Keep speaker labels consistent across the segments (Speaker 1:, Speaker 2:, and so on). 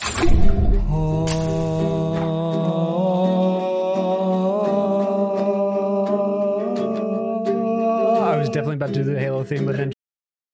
Speaker 1: Oh. I was definitely about to do the Halo theme, but then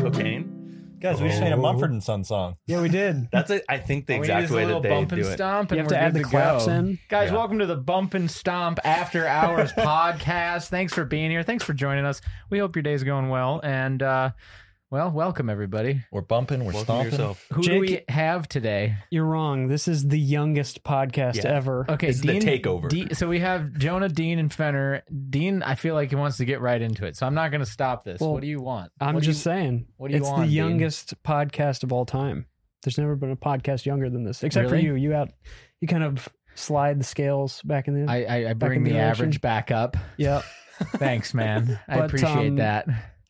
Speaker 2: cocaine.
Speaker 3: Guys, we just made a Mumford and Son song.
Speaker 1: Yeah, we did.
Speaker 2: That's a, I think the
Speaker 4: We need
Speaker 2: exact
Speaker 4: this
Speaker 2: way
Speaker 4: little
Speaker 2: that they
Speaker 4: bump and
Speaker 2: do it.
Speaker 4: stomp,
Speaker 1: You
Speaker 4: and
Speaker 1: have
Speaker 4: we're
Speaker 1: to add
Speaker 4: good
Speaker 1: the claps
Speaker 4: go.
Speaker 1: in.
Speaker 4: Guys,
Speaker 2: Yeah.
Speaker 4: welcome to the Bump and Stomp After Hours podcast. Thanks for being here. Thanks for joining us. We hope your day's going well. And, uh, well, welcome, everybody.
Speaker 3: We're bumping, we're
Speaker 2: Welcome to
Speaker 3: stomping.
Speaker 2: yourself.
Speaker 4: Who do
Speaker 1: Jake-
Speaker 4: we have today?
Speaker 1: You're wrong. This is the youngest podcast
Speaker 2: Yeah.
Speaker 1: ever.
Speaker 4: Okay,
Speaker 3: It's the
Speaker 4: Dean,
Speaker 3: takeover.
Speaker 4: Dean- so we have Jonah, Dean, and Fenner. Dean, I feel like he wants to get right into it, so I'm not going to stop this.
Speaker 1: Well,
Speaker 4: what do you want?
Speaker 1: I'm
Speaker 4: What do
Speaker 1: just
Speaker 4: you-
Speaker 1: saying.
Speaker 4: what do you
Speaker 1: it's
Speaker 4: want,
Speaker 1: the
Speaker 4: Dean?
Speaker 1: youngest podcast of all time. There's never been a podcast younger than this, except
Speaker 4: Really?
Speaker 1: for you. You out. You kind of slide the scales back in the.
Speaker 4: I, I, I
Speaker 1: Back
Speaker 4: bring
Speaker 1: in
Speaker 4: the,
Speaker 1: the action.
Speaker 4: average back up.
Speaker 1: yeah.
Speaker 4: Thanks, man. I
Speaker 1: But,
Speaker 4: appreciate
Speaker 1: um,
Speaker 4: that.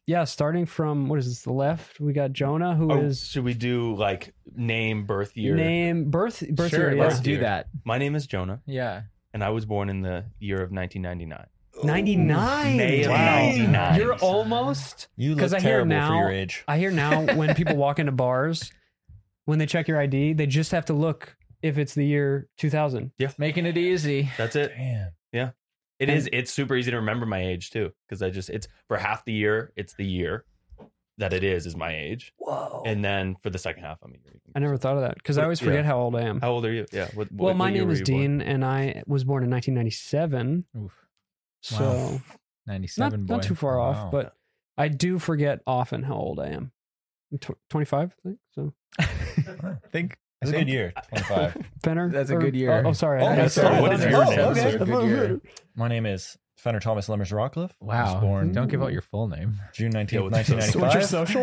Speaker 1: Yeah. Starting from what is this? The left. We got Jonah, who is
Speaker 2: Oh, should we do like name, birth year?
Speaker 1: name, birth, birth
Speaker 4: sure,
Speaker 1: year.
Speaker 4: let's
Speaker 1: yeah.
Speaker 4: do
Speaker 2: Year.
Speaker 4: that.
Speaker 2: My name is Jonah,
Speaker 4: Yeah.
Speaker 2: and I was born in the year of 1999.
Speaker 1: 99.
Speaker 2: May of
Speaker 1: Wow.
Speaker 2: 99.
Speaker 1: You're almost.
Speaker 3: You look
Speaker 1: Because I hear
Speaker 3: terrible
Speaker 1: now-
Speaker 3: for your age.
Speaker 1: I hear now when people walk into bars, when they check your ID, they just have to look if it's the year 2000.
Speaker 4: Making it easy.
Speaker 2: That's it.
Speaker 3: Man.
Speaker 2: It is. It's super easy to remember my age too, because I just it's for half the year. It's the year that it is is my age,
Speaker 1: Whoa.
Speaker 2: and then for the second half, I'm a year.
Speaker 1: I never thought of that because I always
Speaker 2: Yeah.
Speaker 1: forget how old I am.
Speaker 2: How old are you? Yeah. What,
Speaker 1: well,
Speaker 2: what-
Speaker 1: my
Speaker 2: what year
Speaker 1: name
Speaker 2: were
Speaker 1: is
Speaker 2: you born?
Speaker 1: Dean, and I was born in 1997.
Speaker 4: Oof.
Speaker 1: So
Speaker 4: Wow.
Speaker 1: not,
Speaker 4: 97 boy. Oh,
Speaker 1: not too far
Speaker 3: Wow.
Speaker 1: off, but I do forget often how old I am. I'm tw- 25, I think. So,
Speaker 4: think
Speaker 3: It's a good year. 25.
Speaker 1: Fenner.
Speaker 4: That's a good year.
Speaker 1: Oh, oh, sorry.
Speaker 3: Oh,
Speaker 1: I
Speaker 3: that's
Speaker 1: started
Speaker 3: all right.
Speaker 1: on
Speaker 2: What
Speaker 1: it.
Speaker 2: is yours?
Speaker 1: Oh,
Speaker 2: That's
Speaker 1: okay.
Speaker 2: a
Speaker 4: good year.
Speaker 3: My name is Fenner Thomas Lemmers Rockcliffe. I was
Speaker 4: Wow.
Speaker 3: born
Speaker 4: Don't give out your full name.
Speaker 3: June 19th,
Speaker 2: Yeah, what's your social-
Speaker 3: 1995.
Speaker 1: social?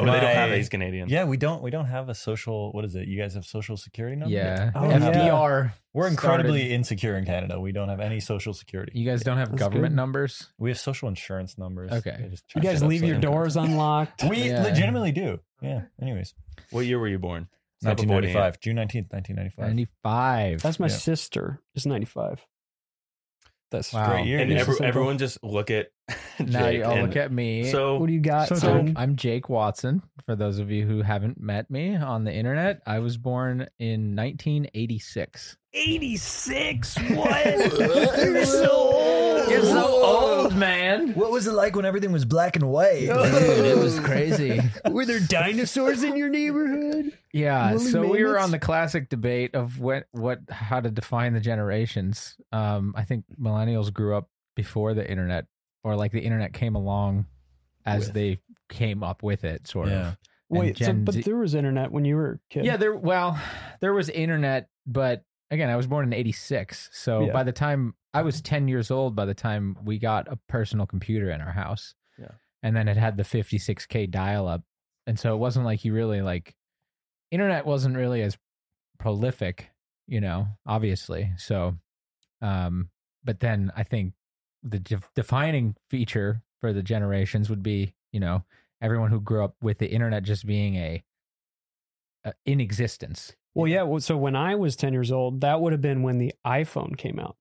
Speaker 2: Oh, but they don't have it.
Speaker 3: My-
Speaker 2: He's Canadian.
Speaker 3: Yeah, we don't we don't have a social what is it? You guys have social security number?
Speaker 4: Yeah.
Speaker 1: Oh,
Speaker 4: FDR.
Speaker 3: We're
Speaker 4: started-
Speaker 3: incredibly insecure in Canada. We don't have any social security.
Speaker 4: You guys don't have
Speaker 1: That's
Speaker 4: government
Speaker 1: good.
Speaker 4: numbers?
Speaker 3: We have social insurance numbers.
Speaker 4: Okay.
Speaker 3: They just
Speaker 1: You
Speaker 3: try
Speaker 1: guys
Speaker 3: shit up
Speaker 1: leave
Speaker 3: so
Speaker 1: your
Speaker 3: they-
Speaker 1: doors unlocked.
Speaker 3: We
Speaker 4: Yeah.
Speaker 3: legitimately do. Yeah. Anyways.
Speaker 2: What year were you born? Stop avoiding it.
Speaker 3: 1995. June 19th, 1995.
Speaker 4: 95.
Speaker 1: That's my
Speaker 3: Yeah.
Speaker 1: sister. Is ninety five. That's
Speaker 4: Wow.
Speaker 3: Great year.
Speaker 2: And
Speaker 3: dude.
Speaker 1: Here's the
Speaker 2: every,
Speaker 1: simple-
Speaker 2: everyone just look at Jake.
Speaker 4: Now you all
Speaker 2: and
Speaker 4: look at me.
Speaker 2: so
Speaker 1: what do you got?
Speaker 4: So,
Speaker 1: son?
Speaker 4: I'm Jake Watson. For those of you who haven't met me on the internet, I was born in 1986.
Speaker 3: 86.
Speaker 4: You're so old. You're so old, man.
Speaker 5: What was it like when everything was black and white?
Speaker 1: Oh.
Speaker 4: Dude, it was crazy.
Speaker 5: Were there dinosaurs in your neighborhood?
Speaker 4: Yeah,
Speaker 5: Woolly
Speaker 4: so we were
Speaker 5: mammoths?
Speaker 4: on the classic debate of what what how to define the generations. Um, I think millennials grew up before the internet, or like the internet came along as
Speaker 2: With.
Speaker 4: they came up with it, sort
Speaker 3: Yeah.
Speaker 4: of. And
Speaker 1: Wait, so,
Speaker 4: Gen
Speaker 1: but
Speaker 4: Z-
Speaker 1: there was internet when you were a kid.
Speaker 4: yeah, there. Well, there was internet, but again, I was born in '86, so
Speaker 1: Yeah.
Speaker 4: by the time I was 10 years old, by the time we got a personal computer in our house,
Speaker 2: Yeah.
Speaker 4: and then it had the 56k dial-up, and so it wasn't like you really like internet wasn't really as prolific, you know, obviously. So, um, but then I think the de- defining feature for the generations would be, you know, everyone who grew up with the internet just being a, a in existence.
Speaker 1: Well, yeah. Well, so when I was ten years old, that would have been when the iPhone came out.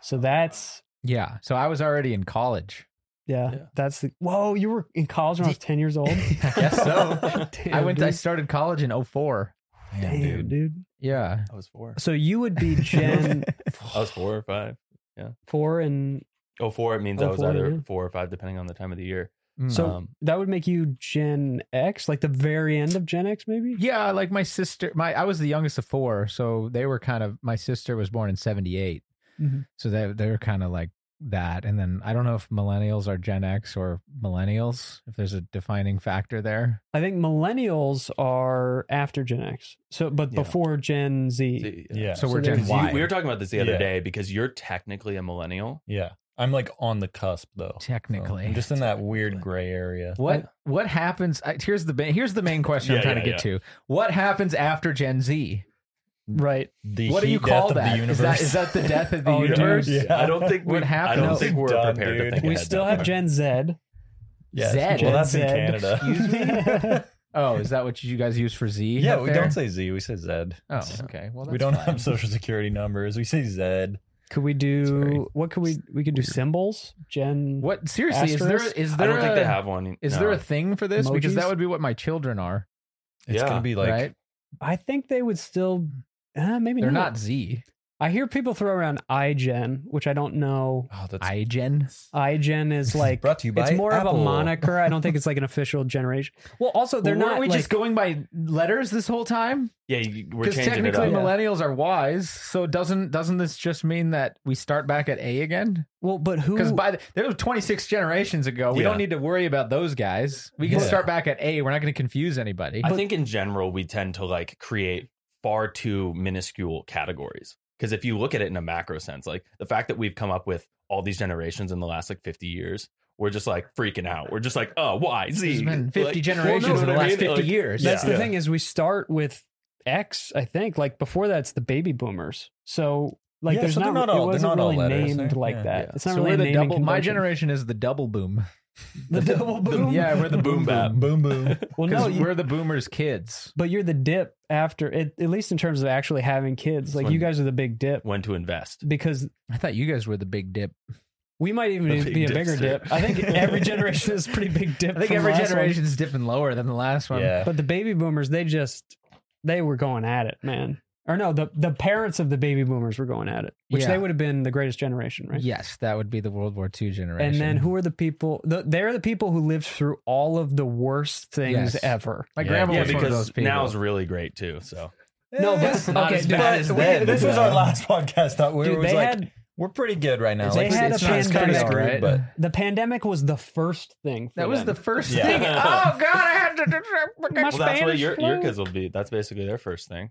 Speaker 1: So that's
Speaker 4: Yeah. So I was already in college
Speaker 1: Yeah,
Speaker 2: Yeah.
Speaker 1: that's the. Whoa, you were in college when I was ten years old.
Speaker 4: I guess so.
Speaker 1: Damn,
Speaker 4: I went. I
Speaker 1: dude.
Speaker 4: started college in 04.
Speaker 1: Damn, dude.
Speaker 4: Yeah.
Speaker 2: I was four.
Speaker 1: So you would be Gen
Speaker 2: I was four or five.
Speaker 1: four, and
Speaker 2: Oh, four. It means I was
Speaker 1: 04,
Speaker 2: either
Speaker 1: yeah.
Speaker 2: four or five, depending on the time of the year.
Speaker 4: Mm.
Speaker 1: So-
Speaker 2: um,
Speaker 1: that would make you Gen X, like the very end of Gen X, maybe.
Speaker 4: yeah, like my sister, my I was the youngest of four, so they were kind of. My sister was born in '78,
Speaker 1: Mhm.
Speaker 4: so they they were kind of like that. And then I don't know if millennials are Gen X or millennials. If there's a defining factor there,
Speaker 1: I think millennials are after Gen X, so but
Speaker 2: Yeah.
Speaker 1: before Gen Z.
Speaker 2: see,
Speaker 3: Yeah.
Speaker 4: so
Speaker 3: So
Speaker 4: we're
Speaker 1: So
Speaker 4: Gen
Speaker 1: there's-
Speaker 4: Y.
Speaker 2: You- we were talking about this the other
Speaker 3: Yeah.
Speaker 2: day because you're technically a millennial.
Speaker 3: yeah. I'm like on the cusp though. So
Speaker 4: Technically.
Speaker 3: Oh, I'm just in that weird gray area.
Speaker 4: What what happens? I, here's the ba- here's the main question I'm
Speaker 2: Yeah,
Speaker 4: trying to
Speaker 2: yeah,
Speaker 4: get to. What happens after Gen Z?
Speaker 1: Right.
Speaker 3: The
Speaker 4: what do you
Speaker 3: heat death
Speaker 4: call
Speaker 3: of
Speaker 4: that?
Speaker 3: The
Speaker 4: Is that is that the death of the
Speaker 1: Oh, dude.
Speaker 4: universe?
Speaker 3: Yeah.
Speaker 2: I don't think we,
Speaker 4: What
Speaker 2: I
Speaker 4: happened?
Speaker 2: don't think we're
Speaker 3: Done,
Speaker 2: prepared to
Speaker 3: dude.
Speaker 2: think.
Speaker 3: We
Speaker 1: We
Speaker 2: ahead
Speaker 1: still
Speaker 2: that
Speaker 1: have
Speaker 2: far.
Speaker 1: Gen Z.
Speaker 3: Yeah.
Speaker 4: Zed.
Speaker 3: Well, that's
Speaker 1: Zed.
Speaker 3: in Canada.
Speaker 1: Excuse me?
Speaker 4: Oh, is that what you guys use for Z?
Speaker 3: yeah,
Speaker 4: up
Speaker 3: we
Speaker 4: there?
Speaker 3: don't say Z, we say Zed.
Speaker 4: Oh, okay. Well,
Speaker 3: we
Speaker 4: that's
Speaker 3: don't
Speaker 4: fine.
Speaker 3: have social security numbers. We say Zed.
Speaker 1: Could we
Speaker 3: very-
Speaker 1: do what? Could we we could do symbols? Gen.
Speaker 4: What seriously is
Speaker 1: Asterisk?
Speaker 4: there? Is
Speaker 2: I
Speaker 4: there?
Speaker 2: don't think
Speaker 4: a,
Speaker 2: they have one.
Speaker 4: Is there
Speaker 2: no.
Speaker 4: a thing for this? Because that
Speaker 1: Emojis?
Speaker 4: would be what my children are,
Speaker 3: It's
Speaker 2: Yeah.
Speaker 3: gonna be like
Speaker 4: right?
Speaker 1: I think they would still. Uh, maybe
Speaker 4: They're not Z.
Speaker 1: I hear people throw around iGen, which I don't know.
Speaker 3: oh, that's
Speaker 4: Igen.
Speaker 1: iGen is like
Speaker 3: brought to you by
Speaker 1: it's more of a
Speaker 3: Apple.
Speaker 1: moniker. I don't think it's like an official generation. Well, also they're
Speaker 4: Well, weren't
Speaker 1: not.
Speaker 4: we
Speaker 1: like,
Speaker 4: just going by letters this whole time?
Speaker 2: Yeah, you, we're
Speaker 4: Because
Speaker 2: changing it
Speaker 4: technically,
Speaker 2: up.
Speaker 1: Yeah.
Speaker 4: millennials are Ys. So doesn't doesn't this just mean that we start back at A again?
Speaker 1: Well, but who?
Speaker 4: Because by the, there were 26 generations ago. We
Speaker 2: Yeah.
Speaker 4: don't need to worry about those guys. We can
Speaker 3: Yeah.
Speaker 4: start back at A. We're not going to confuse anybody.
Speaker 2: I think in general we tend to like create far too minuscule categories because if you look at it in a macro sense, like the fact that we've come up with all these generations in the last like 50 years, we're just like freaking out. We're just like, oh, why Z?
Speaker 4: There's been 50
Speaker 2: Like, well,
Speaker 4: generations
Speaker 2: no,
Speaker 4: in the
Speaker 2: I
Speaker 4: last
Speaker 2: mean,
Speaker 4: 50
Speaker 2: like,
Speaker 4: years.
Speaker 1: that's the
Speaker 2: Yeah.
Speaker 1: thing is we start with X. I think like before that's the baby boomers. So like
Speaker 3: Yeah,
Speaker 1: there's
Speaker 3: so they're
Speaker 1: not,
Speaker 3: not
Speaker 1: it
Speaker 3: all- they're
Speaker 1: wasn't
Speaker 3: not all
Speaker 1: really
Speaker 3: letters,
Speaker 1: named
Speaker 3: eh?
Speaker 1: like
Speaker 3: Yeah.
Speaker 1: that.
Speaker 2: Yeah.
Speaker 1: It's not
Speaker 4: so
Speaker 1: really
Speaker 4: we're
Speaker 1: a
Speaker 4: the
Speaker 1: naming
Speaker 4: double. My
Speaker 1: convention.
Speaker 4: generation is the double boom.
Speaker 1: the double boom.
Speaker 4: yeah, we're the boom
Speaker 2: Boom bap.
Speaker 4: boom.
Speaker 3: boom boom.
Speaker 1: Well, no,
Speaker 4: Because
Speaker 1: you,
Speaker 4: we're the boomers' kids.
Speaker 1: but you're the dip after it, at least in terms of actually having kids. Like
Speaker 2: when-
Speaker 1: you guys are the big dip
Speaker 2: When to invest.
Speaker 1: because
Speaker 4: I thought you guys were the big dip.
Speaker 1: we might even
Speaker 2: The big
Speaker 1: be a
Speaker 2: dip's
Speaker 1: bigger
Speaker 2: dip.
Speaker 1: dip. I think every generation is a pretty big dip.
Speaker 4: I think
Speaker 1: from
Speaker 4: every
Speaker 1: the last one.
Speaker 4: generation's dipping lower than the last one.
Speaker 3: yeah.
Speaker 1: But the baby boomers, they just they were going at it, man. Or no, the the parents of the baby boomers were going at it, which
Speaker 4: Yeah.
Speaker 1: they would have been the greatest generation, right?
Speaker 4: Yes, that would be the World War II generation.
Speaker 1: And then who are the people? The, they're the people who lived through all of the worst things
Speaker 4: Yes.
Speaker 1: ever.
Speaker 4: My
Speaker 3: Yeah.
Speaker 4: grandma
Speaker 2: Yeah,
Speaker 4: was one of those
Speaker 2: because
Speaker 4: people.
Speaker 2: now is really great too. So
Speaker 1: No, but-
Speaker 3: It's
Speaker 1: okay, dude,
Speaker 3: bad
Speaker 1: but
Speaker 3: as
Speaker 1: we-
Speaker 3: then,
Speaker 1: this
Speaker 3: This was
Speaker 1: is-
Speaker 3: our last podcast. That we
Speaker 1: Dude,
Speaker 3: were
Speaker 1: they
Speaker 3: like,
Speaker 1: had-
Speaker 3: we're pretty good right now.
Speaker 1: They
Speaker 3: like,
Speaker 1: had
Speaker 3: it's
Speaker 1: a
Speaker 3: not- it's kinda
Speaker 1: pandemic,
Speaker 3: screwed,
Speaker 4: right?
Speaker 3: but
Speaker 1: The pandemic was the first thing. For
Speaker 4: that was
Speaker 1: them.
Speaker 4: the first
Speaker 3: Yeah.
Speaker 4: thing. Oh God, I had to.
Speaker 2: well, that's what your, your kids will be. That's basically their first thing.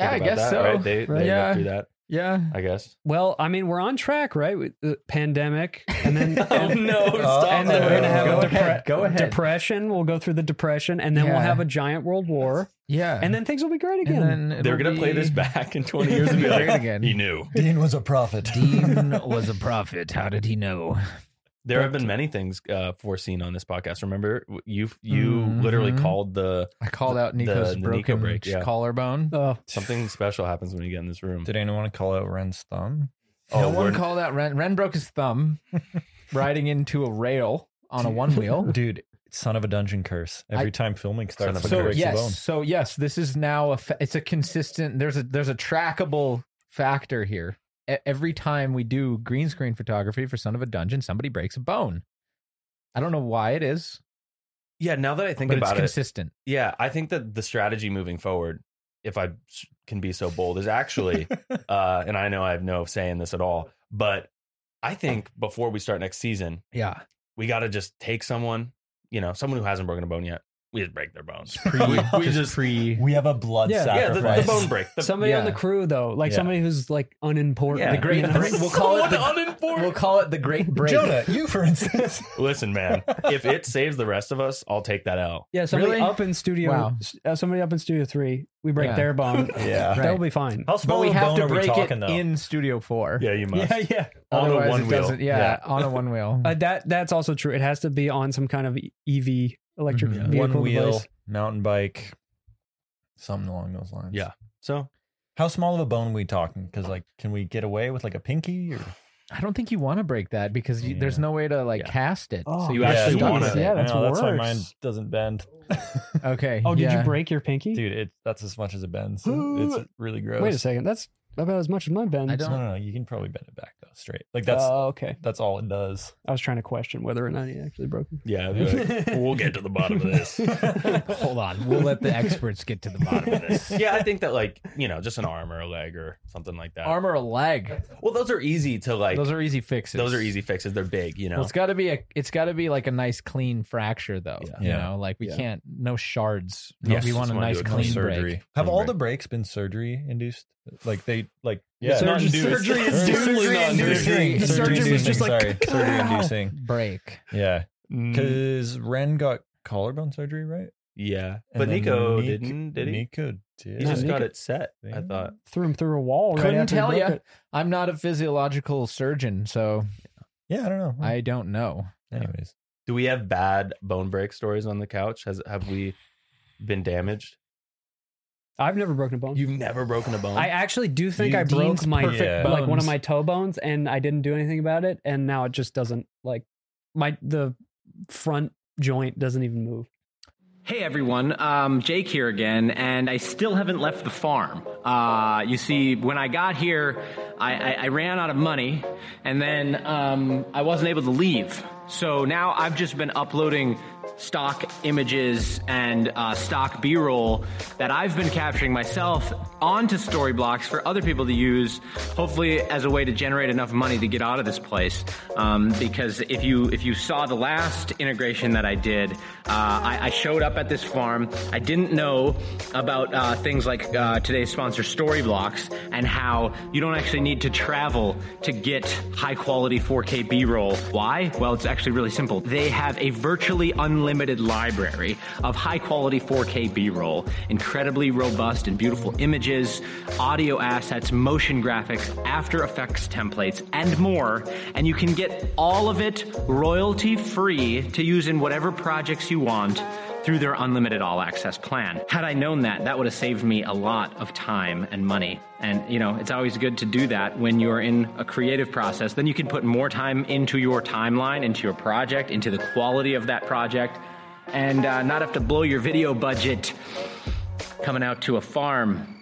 Speaker 4: Yeah,
Speaker 2: Think
Speaker 4: I
Speaker 2: about
Speaker 4: guess
Speaker 2: that,
Speaker 4: so.
Speaker 2: Right? They, they
Speaker 4: Yeah.
Speaker 2: yeah. do that,
Speaker 4: Yeah.
Speaker 2: I guess.
Speaker 1: Well, I mean, we're on track, right? With the pandemic, and then and,
Speaker 3: stop
Speaker 1: and then we're gonna have
Speaker 4: Oh, Go
Speaker 1: a
Speaker 4: ahead,
Speaker 1: depre-
Speaker 4: go ahead.
Speaker 1: depression. We'll go through the depression, and then
Speaker 4: Yeah.
Speaker 1: we'll have a giant world war,
Speaker 4: Yeah.
Speaker 1: and then things will be great
Speaker 4: And
Speaker 1: again.
Speaker 4: then
Speaker 2: They're
Speaker 4: it'll
Speaker 2: gonna play
Speaker 4: be-
Speaker 2: this back in 20 years and be
Speaker 4: It'll be
Speaker 2: like,
Speaker 4: great again.
Speaker 2: he knew.
Speaker 3: Dean was a prophet.
Speaker 4: Dean was a prophet. How did he know?
Speaker 2: There have been many things uh, foreseen on this podcast. Remember, you you
Speaker 4: Mhm.
Speaker 2: literally called the
Speaker 4: I called out Nico's
Speaker 2: the Nico
Speaker 4: broken
Speaker 2: break, yeah.
Speaker 4: collarbone.
Speaker 1: Oh,
Speaker 2: something special happens when you get in this room.
Speaker 3: Did anyone want to call out Ren's thumb?
Speaker 4: no
Speaker 2: Oh,
Speaker 4: one
Speaker 2: we're-
Speaker 4: called out Ren. Ren broke his thumb riding into a rail on a one wheel.
Speaker 3: Dude, son of a dungeon curse. Every
Speaker 4: Oh. I-
Speaker 3: time filming
Speaker 2: Son
Speaker 3: starts,
Speaker 2: of a
Speaker 3: someone
Speaker 2: curse.
Speaker 4: So
Speaker 3: breaks a bone.
Speaker 4: yes, so yes, this is now a fa- it's a consistent. There's a there's a trackable factor here. E- every time we do green screen photography for Son of a Dungeon, somebody breaks a bone. I don't know why it is,
Speaker 2: yeah, now that I think
Speaker 4: but
Speaker 2: about
Speaker 4: it's
Speaker 2: it,
Speaker 4: consistent.
Speaker 2: yeah, I think that the strategy moving forward, if I s- can be so bold, is actually, uh, and I know I have no say in this at all, but I think before we start next season,
Speaker 4: Yeah,
Speaker 2: we got to just take someone, you know, someone who hasn't broken a bone yet. We just break their bones.
Speaker 3: Pre-
Speaker 2: we, we
Speaker 3: just
Speaker 2: just
Speaker 4: pre
Speaker 3: We have a blood
Speaker 1: Yeah.
Speaker 2: yeah, the,
Speaker 3: sacrifice.
Speaker 2: the bone break. The,
Speaker 1: somebody on
Speaker 4: yeah.
Speaker 1: the crew though, like
Speaker 3: Yeah.
Speaker 1: somebody who's like unimportant.
Speaker 2: Yeah. The
Speaker 4: great
Speaker 1: you know?
Speaker 4: break. We'll call it the-
Speaker 2: Someone uninformed.
Speaker 4: we'll call it the Great Break.
Speaker 3: Jonah, you for instance.
Speaker 2: Listen, man, if it saves the rest of us, I'll take that L.
Speaker 1: Yeah, somebody
Speaker 4: Really?
Speaker 1: up in studio.
Speaker 4: Wow.
Speaker 1: uh, somebody up in studio three. We break
Speaker 4: Yeah.
Speaker 1: their bone.
Speaker 3: yeah. Oh.
Speaker 4: Right.
Speaker 1: They'll be fine.
Speaker 3: How
Speaker 4: but
Speaker 3: small
Speaker 4: we
Speaker 3: of a
Speaker 4: have
Speaker 3: bone
Speaker 4: to
Speaker 3: are we
Speaker 4: break it
Speaker 3: talking though?
Speaker 4: in Um, Studio Four.
Speaker 2: Yeah, you must.
Speaker 1: yeah.
Speaker 2: On
Speaker 4: Otherwise
Speaker 2: a one
Speaker 4: it
Speaker 2: wheel.
Speaker 4: doesn't- Yeah, on a one wheel.
Speaker 1: Uh, that that's also true. It has to be on some kind of EV electric
Speaker 4: Mhm. Yeah.
Speaker 1: vehicle
Speaker 3: one wheel,
Speaker 1: device.
Speaker 3: mountain bike, something along those lines.
Speaker 2: Yeah. So
Speaker 3: How small of a bone we talking? Because like, can we get away with like a pinky? Or
Speaker 4: I don't think you want to break that because you, there's
Speaker 3: Yeah.
Speaker 4: no way to like
Speaker 2: Yeah.
Speaker 4: cast it.
Speaker 1: Oh,
Speaker 4: so
Speaker 2: You actually
Speaker 4: does
Speaker 2: wanna-
Speaker 4: it.
Speaker 1: Yeah, that's
Speaker 3: I know, that's why mine
Speaker 1: worse.
Speaker 3: doesn't bend.
Speaker 4: Okay.
Speaker 1: Oh, did
Speaker 4: yeah.
Speaker 1: you break your pinky?
Speaker 3: Dude, it, that's as much as it bends.
Speaker 1: Ooh.
Speaker 3: It's really gross.
Speaker 1: Wait a second. That's about as much as my bend.
Speaker 4: I don't-
Speaker 3: No, no, no. You can probably bend it back though, straight. Like that's
Speaker 1: Oh, okay.
Speaker 3: that's all it does.
Speaker 1: I was trying to question whether or not he actually broke it.
Speaker 2: Yeah, they're like, we'll get to the bottom of this.
Speaker 4: Hold on. We'll let the experts get to the bottom of this.
Speaker 2: yeah, I think that like you know, just an arm or a leg or something like that.
Speaker 4: Arm or a leg.
Speaker 2: Well, those are easy to like.
Speaker 4: Those are easy fixes.
Speaker 2: those are easy fixes. They're big, you know.
Speaker 4: Well, it's got to be a. It's got to be like a nice clean fracture, though.
Speaker 2: Yeah.
Speaker 4: You
Speaker 3: Yeah.
Speaker 4: know, like we
Speaker 1: Yeah.
Speaker 4: can't no shards.
Speaker 2: Yes,
Speaker 4: we want
Speaker 2: just
Speaker 4: a
Speaker 2: wanna
Speaker 4: nice
Speaker 2: do a
Speaker 4: clean
Speaker 2: surgery.
Speaker 4: break.
Speaker 3: Have
Speaker 2: Clean
Speaker 3: all
Speaker 2: break.
Speaker 3: the breaks been surgery induced? Like they like yeah,
Speaker 1: surgery-
Speaker 3: not induced.
Speaker 1: surgery is
Speaker 3: Certainly
Speaker 1: surgery
Speaker 3: not induced.
Speaker 1: inducing. The
Speaker 3: Surgery
Speaker 1: surgeon was
Speaker 3: inducing,
Speaker 1: just like,
Speaker 3: sorry, surgery inducing.
Speaker 4: Break.
Speaker 3: Yeah,
Speaker 2: Mm,
Speaker 3: because Ren got collarbone surgery, right?
Speaker 2: yeah,
Speaker 3: And
Speaker 2: but
Speaker 3: then
Speaker 2: Nico
Speaker 3: Nik-
Speaker 2: didn't, did he?
Speaker 3: Nico did.
Speaker 2: he just
Speaker 1: Nico-
Speaker 2: got it set. I
Speaker 3: Yeah.
Speaker 2: thought.
Speaker 1: Threw him through a wall. right
Speaker 4: Couldn't
Speaker 1: after he
Speaker 4: tell
Speaker 1: broke
Speaker 4: ya.
Speaker 1: it.
Speaker 4: I'm not a physiological surgeon, so
Speaker 3: Yeah, I don't
Speaker 2: Mm.
Speaker 3: know.
Speaker 4: I don't know.
Speaker 3: Anyways,
Speaker 2: Do we have bad bone break stories on the couch? Has have we been damaged?
Speaker 1: I've never broken a bone.
Speaker 2: You've never broken a bone.
Speaker 1: I actually do think
Speaker 3: You-
Speaker 1: I broke
Speaker 4: Dean's
Speaker 1: my
Speaker 3: perfect Yeah.
Speaker 1: like one of
Speaker 4: bones.
Speaker 1: my toe bones, and I didn't do anything about it, and now it just doesn't like my the front joint doesn't even move.
Speaker 6: Hey everyone, um, Jake here again, and I still haven't left the farm. Uh, you see, when I got here, I, I, I ran out of money, and then um, I wasn't able to leave. So now I've just been uploading stock images and uh, stock B roll that I've been capturing myself onto Storyblocks for other people to use, hopefully as a way to generate enough money to get out of this place. Um, because if you if you saw the last integration that I did, uh, I, I showed up at this farm. I didn't know about uh, things like uh, today's sponsor Storyblocks and how you don't actually need to travel to get high quality 4K B-roll. Why? Well, it's actually really simple. They have a virtually unlimited library of high quality 4K B-roll, incredibly robust and beautiful images, audio assets, motion graphics, After Effects templates, and more. And you can get all of it royalty free to use in whatever projects you want through their unlimited all access plan. Had I known that, that would have saved me a lot of time and money. And you know, it's always good to do that when you're in a creative process. Then you can put more time into your timeline, into your project, into the quality of that project, and uh, not have to blow your video budget coming out to a farm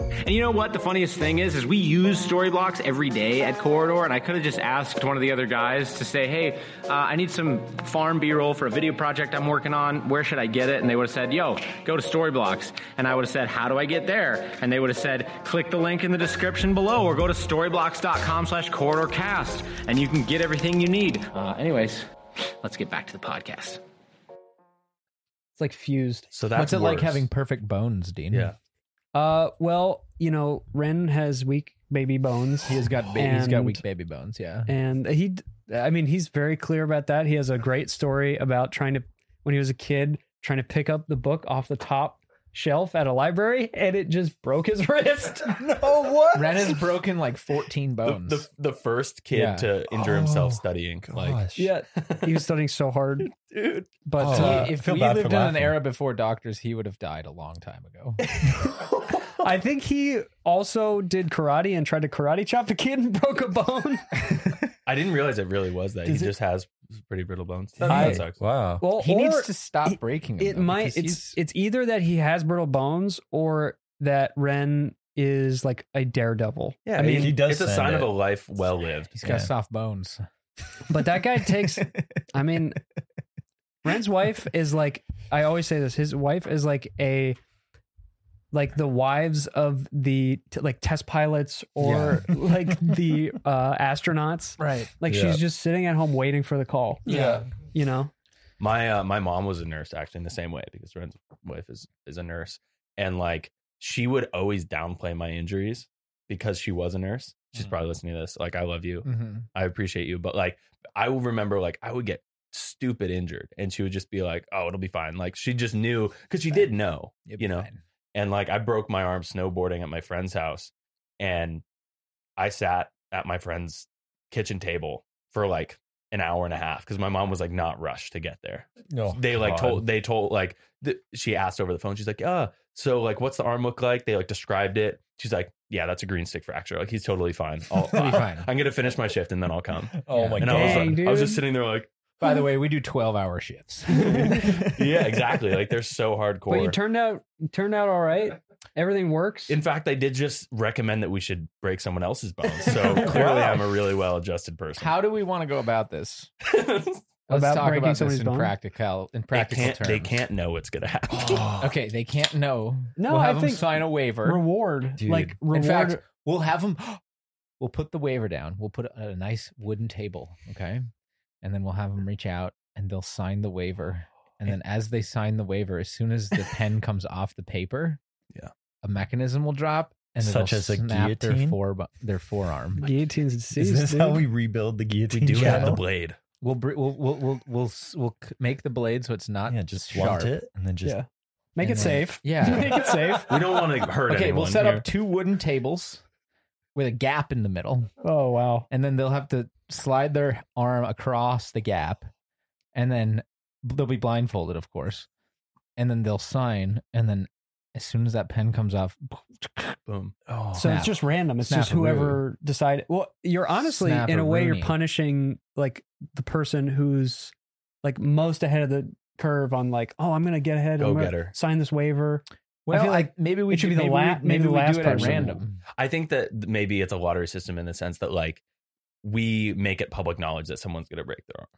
Speaker 6: and you know what? The funniest thing is, is we use Storyblocks every day at Corridor, and I could have just asked one of the other guys to say, "Hey, uh, I need some farm B-roll for a video project I'm working on. Where should I get it?" And they would have said, "Yo, go to Storyblocks." And I would have said, "How do I get there?" And they would have said, "Click the link in the description below, or go to storyblocks.com/corridorcast, and you can get everything you need." Uh, anyways, let's get back to the podcast.
Speaker 1: It's like fused.
Speaker 2: so that's
Speaker 4: What's it like
Speaker 2: worse.
Speaker 4: having perfect bones, Dean?
Speaker 2: Yeah.
Speaker 1: Uh, well, you know, Ren has weak baby bones.
Speaker 4: He's got ba- he's got
Speaker 1: And-
Speaker 4: weak baby bones. Yeah.
Speaker 1: and he i mean he's very clear about that he has a great story about trying to when he was a kid trying to pick up the book off the top shelf at a library and it just broke his wrist
Speaker 5: no, what?
Speaker 4: Ren has broken like 14
Speaker 2: the,
Speaker 4: bones.
Speaker 2: the the first kid
Speaker 4: Yeah.
Speaker 2: to injure himself
Speaker 3: Oh,
Speaker 2: studying? Like,
Speaker 3: gosh.
Speaker 1: yeah he was studying so hard
Speaker 2: dude,
Speaker 1: but
Speaker 3: Oh.
Speaker 1: uh,
Speaker 4: if
Speaker 3: feel
Speaker 4: we
Speaker 3: bad
Speaker 4: lived
Speaker 3: for
Speaker 4: in an
Speaker 3: laughing.
Speaker 4: era before doctors, he would have died a long time ago.
Speaker 1: i think he also did karate and tried to karate chop a kid and broke a bone
Speaker 2: I didn't realize it really was that. he just has pretty brittle bones. That,
Speaker 1: I-
Speaker 2: that sucks.
Speaker 3: Wow.
Speaker 1: well
Speaker 4: he
Speaker 1: or
Speaker 4: needs to stop
Speaker 1: it-
Speaker 4: breaking 'em,
Speaker 1: it
Speaker 4: though,
Speaker 1: might
Speaker 4: because
Speaker 1: it's
Speaker 4: he's-
Speaker 1: it's either that he has brittle bones or that ren is like a daredevil
Speaker 2: Yeah,
Speaker 1: i mean
Speaker 3: he does.
Speaker 2: it's a
Speaker 3: send
Speaker 2: sign of
Speaker 3: it.
Speaker 2: a life well lived.
Speaker 4: he's got
Speaker 3: yeah.
Speaker 4: soft bones.
Speaker 1: But that guy takes. I mean, Ren's wife is like. I always say this. His wife is like a, like the wives of the t- like test pilots or like the uh astronauts.
Speaker 4: Right.
Speaker 1: Like
Speaker 3: Yeah.
Speaker 1: she's just sitting at home waiting for the call.
Speaker 4: Yeah.
Speaker 1: You know.
Speaker 2: My uh, my mom was a nurse actually in the same way because Ren's wife is is a nurse and like she would always downplay my injuries because she was a nurse. She's
Speaker 3: Mm.
Speaker 2: probably listening to this. Like I love you.
Speaker 1: Mm-hmm.
Speaker 4: Mhm.
Speaker 2: I appreciate you, but like I will remember like I would get stupid injured and she would just be like, "Oh, it'll be fine." Like she just knew cuz she did know,
Speaker 4: You'll
Speaker 2: you
Speaker 4: be
Speaker 2: know.
Speaker 4: fine.
Speaker 2: and like I broke my arm snowboarding at my friend's house, and I sat at my friend's kitchen table for like an hour and a half because my mom was like not rushed to get there.
Speaker 3: No,
Speaker 2: they like
Speaker 3: Oh, God.
Speaker 2: told they told like th- she asked over the phone. She's like, "Uh, so like what's the arm look like?" They like described it. She's like, yeah, that's a green stick fracture. Like he's totally fine. I'll,
Speaker 4: He'll be fine.
Speaker 2: I'm gonna finish my shift and then I'll come.
Speaker 3: Oh
Speaker 4: Yeah.
Speaker 3: my
Speaker 2: and
Speaker 3: god.
Speaker 2: I was
Speaker 1: Dang,
Speaker 2: like, I was
Speaker 1: dude.
Speaker 2: just sitting there like,
Speaker 4: By the way, we do 12 hour shifts.
Speaker 2: yeah, exactly. Like they're so hardcore.
Speaker 1: But you turned out you turned out all right. Everything works.
Speaker 2: In fact, I did just recommend that we should break someone else's bones. So clearly, I'm a really well-adjusted person.
Speaker 4: How do we want to go about this? Let's
Speaker 1: About
Speaker 4: talk
Speaker 1: breaking
Speaker 4: about this
Speaker 1: somebody's
Speaker 4: in
Speaker 1: bone?
Speaker 4: practical in
Speaker 2: they
Speaker 4: practical
Speaker 2: can't,
Speaker 4: terms. Oh,
Speaker 2: they can't know what's gonna happen.
Speaker 4: Okay, they can't know.
Speaker 1: No,
Speaker 4: we'll
Speaker 1: I
Speaker 4: have them
Speaker 1: think
Speaker 4: sign a waiver.
Speaker 1: reward.
Speaker 3: Dude.
Speaker 1: Like
Speaker 4: In
Speaker 1: reward.
Speaker 4: fact, we'll have them. We'll put the waiver down. We'll put it on a nice wooden table, okay, and then we'll have them reach out and they'll sign the waiver. And then as they sign the waiver, as soon as the pen comes off the paper,
Speaker 2: Yeah.
Speaker 4: a mechanism will drop and
Speaker 3: Such
Speaker 4: it'll
Speaker 3: as a
Speaker 4: snap their
Speaker 3: guillotine?
Speaker 4: fore, their forearm.
Speaker 1: guillotines and
Speaker 3: Is
Speaker 1: seized,
Speaker 3: this
Speaker 1: dude.
Speaker 3: how we rebuild the
Speaker 2: We
Speaker 3: guillotine?
Speaker 2: do have the
Speaker 3: channel?
Speaker 2: blade.
Speaker 4: We'll br- we'll we'll we'll we'll, s- we'll c- make the blade so it's not
Speaker 3: Yeah, just
Speaker 4: sharp.
Speaker 3: swapped it and then just
Speaker 1: Yeah. Make
Speaker 4: And
Speaker 1: it
Speaker 4: then-
Speaker 1: safe.
Speaker 4: Yeah.
Speaker 1: Make it safe.
Speaker 2: We don't want to hurt
Speaker 4: okay,
Speaker 2: anyone.
Speaker 4: we'll set
Speaker 2: here.
Speaker 4: up two wooden tables with a gap in the middle,
Speaker 1: Oh wow.
Speaker 4: and then they'll have to slide their arm across the gap, and then they'll be blindfolded, of course, and then they'll sign, and then as soon as that pen comes off,
Speaker 2: Boom. Oh,
Speaker 1: So
Speaker 4: Snap.
Speaker 1: it's just random. It's just
Speaker 4: Snap-a-roo.
Speaker 1: whoever decided. Well, you're honestly in a way you're
Speaker 4: Snap-a-rooney.
Speaker 1: punishing like the person who's like most ahead of the curve on like, oh, I'm gonna get ahead. I'm
Speaker 2: Go
Speaker 1: gonna
Speaker 2: getter.
Speaker 1: Sign this waiver.
Speaker 4: well, I
Speaker 1: feel like
Speaker 4: like maybe we
Speaker 1: it should
Speaker 4: do-
Speaker 1: be the
Speaker 4: maybe
Speaker 1: la-
Speaker 4: we-
Speaker 1: maybe
Speaker 4: maybe
Speaker 1: the
Speaker 4: we
Speaker 1: last
Speaker 4: do it at
Speaker 1: person.
Speaker 4: random.
Speaker 2: I think that maybe it's a lottery system in the sense that like we make it public knowledge that someone's gonna break their arm.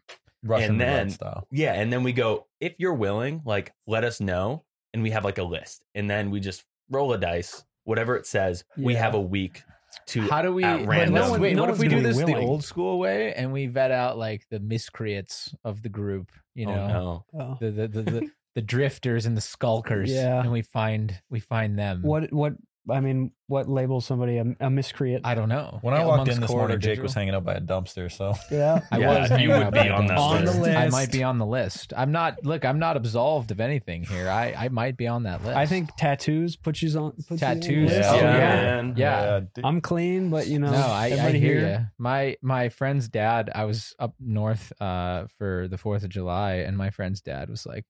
Speaker 3: Russian
Speaker 2: And
Speaker 3: roulette
Speaker 2: then-
Speaker 3: style.
Speaker 2: Yeah, and then we go if you're willing, like let us know, and we have like a list, and then we just roll a dice, whatever it says. We
Speaker 1: Yeah.
Speaker 2: have a week to
Speaker 4: How do we?
Speaker 2: at
Speaker 4: but
Speaker 2: random.
Speaker 4: let's- wait,
Speaker 1: no
Speaker 4: what if
Speaker 1: one's
Speaker 4: we do
Speaker 1: gonna be
Speaker 4: this the
Speaker 1: willing.
Speaker 4: old school way and we vet out like the miscreants of the group? You know,
Speaker 2: Oh, no.
Speaker 1: Oh.
Speaker 4: the the the, the, the drifters and the skulkers.
Speaker 1: Yeah.
Speaker 4: and we find we find them.
Speaker 1: What what I mean, what labels somebody a, a miscreant?
Speaker 4: I don't know.
Speaker 3: When I
Speaker 4: Yeah,
Speaker 3: walked
Speaker 4: amongst
Speaker 3: in this
Speaker 4: Core
Speaker 3: morning,
Speaker 4: or
Speaker 3: Jake was
Speaker 4: digital.
Speaker 3: hanging out by a dumpster. So
Speaker 1: yeah.
Speaker 4: I
Speaker 2: Yeah,
Speaker 4: was
Speaker 2: you
Speaker 4: hanging
Speaker 2: would
Speaker 4: out
Speaker 2: be
Speaker 4: by
Speaker 2: on
Speaker 4: the
Speaker 2: that
Speaker 4: dumpster.
Speaker 1: list. On the
Speaker 4: I
Speaker 1: list.
Speaker 4: might be on the list. I'm not. Look, I'm not absolved of anything here. I I might be on that list.
Speaker 1: I think tattoos put you on put you on the
Speaker 4: Tattoos.
Speaker 1: list.
Speaker 4: Oh,
Speaker 2: Yeah,
Speaker 4: yeah.
Speaker 2: man.
Speaker 4: Yeah.
Speaker 3: dude.
Speaker 1: I'm clean, but you know,
Speaker 4: no, I, I
Speaker 1: everybody
Speaker 4: hear
Speaker 1: here-
Speaker 4: you. My my friend's dad. I was up north uh, for the Fourth of July, and my friend's dad was like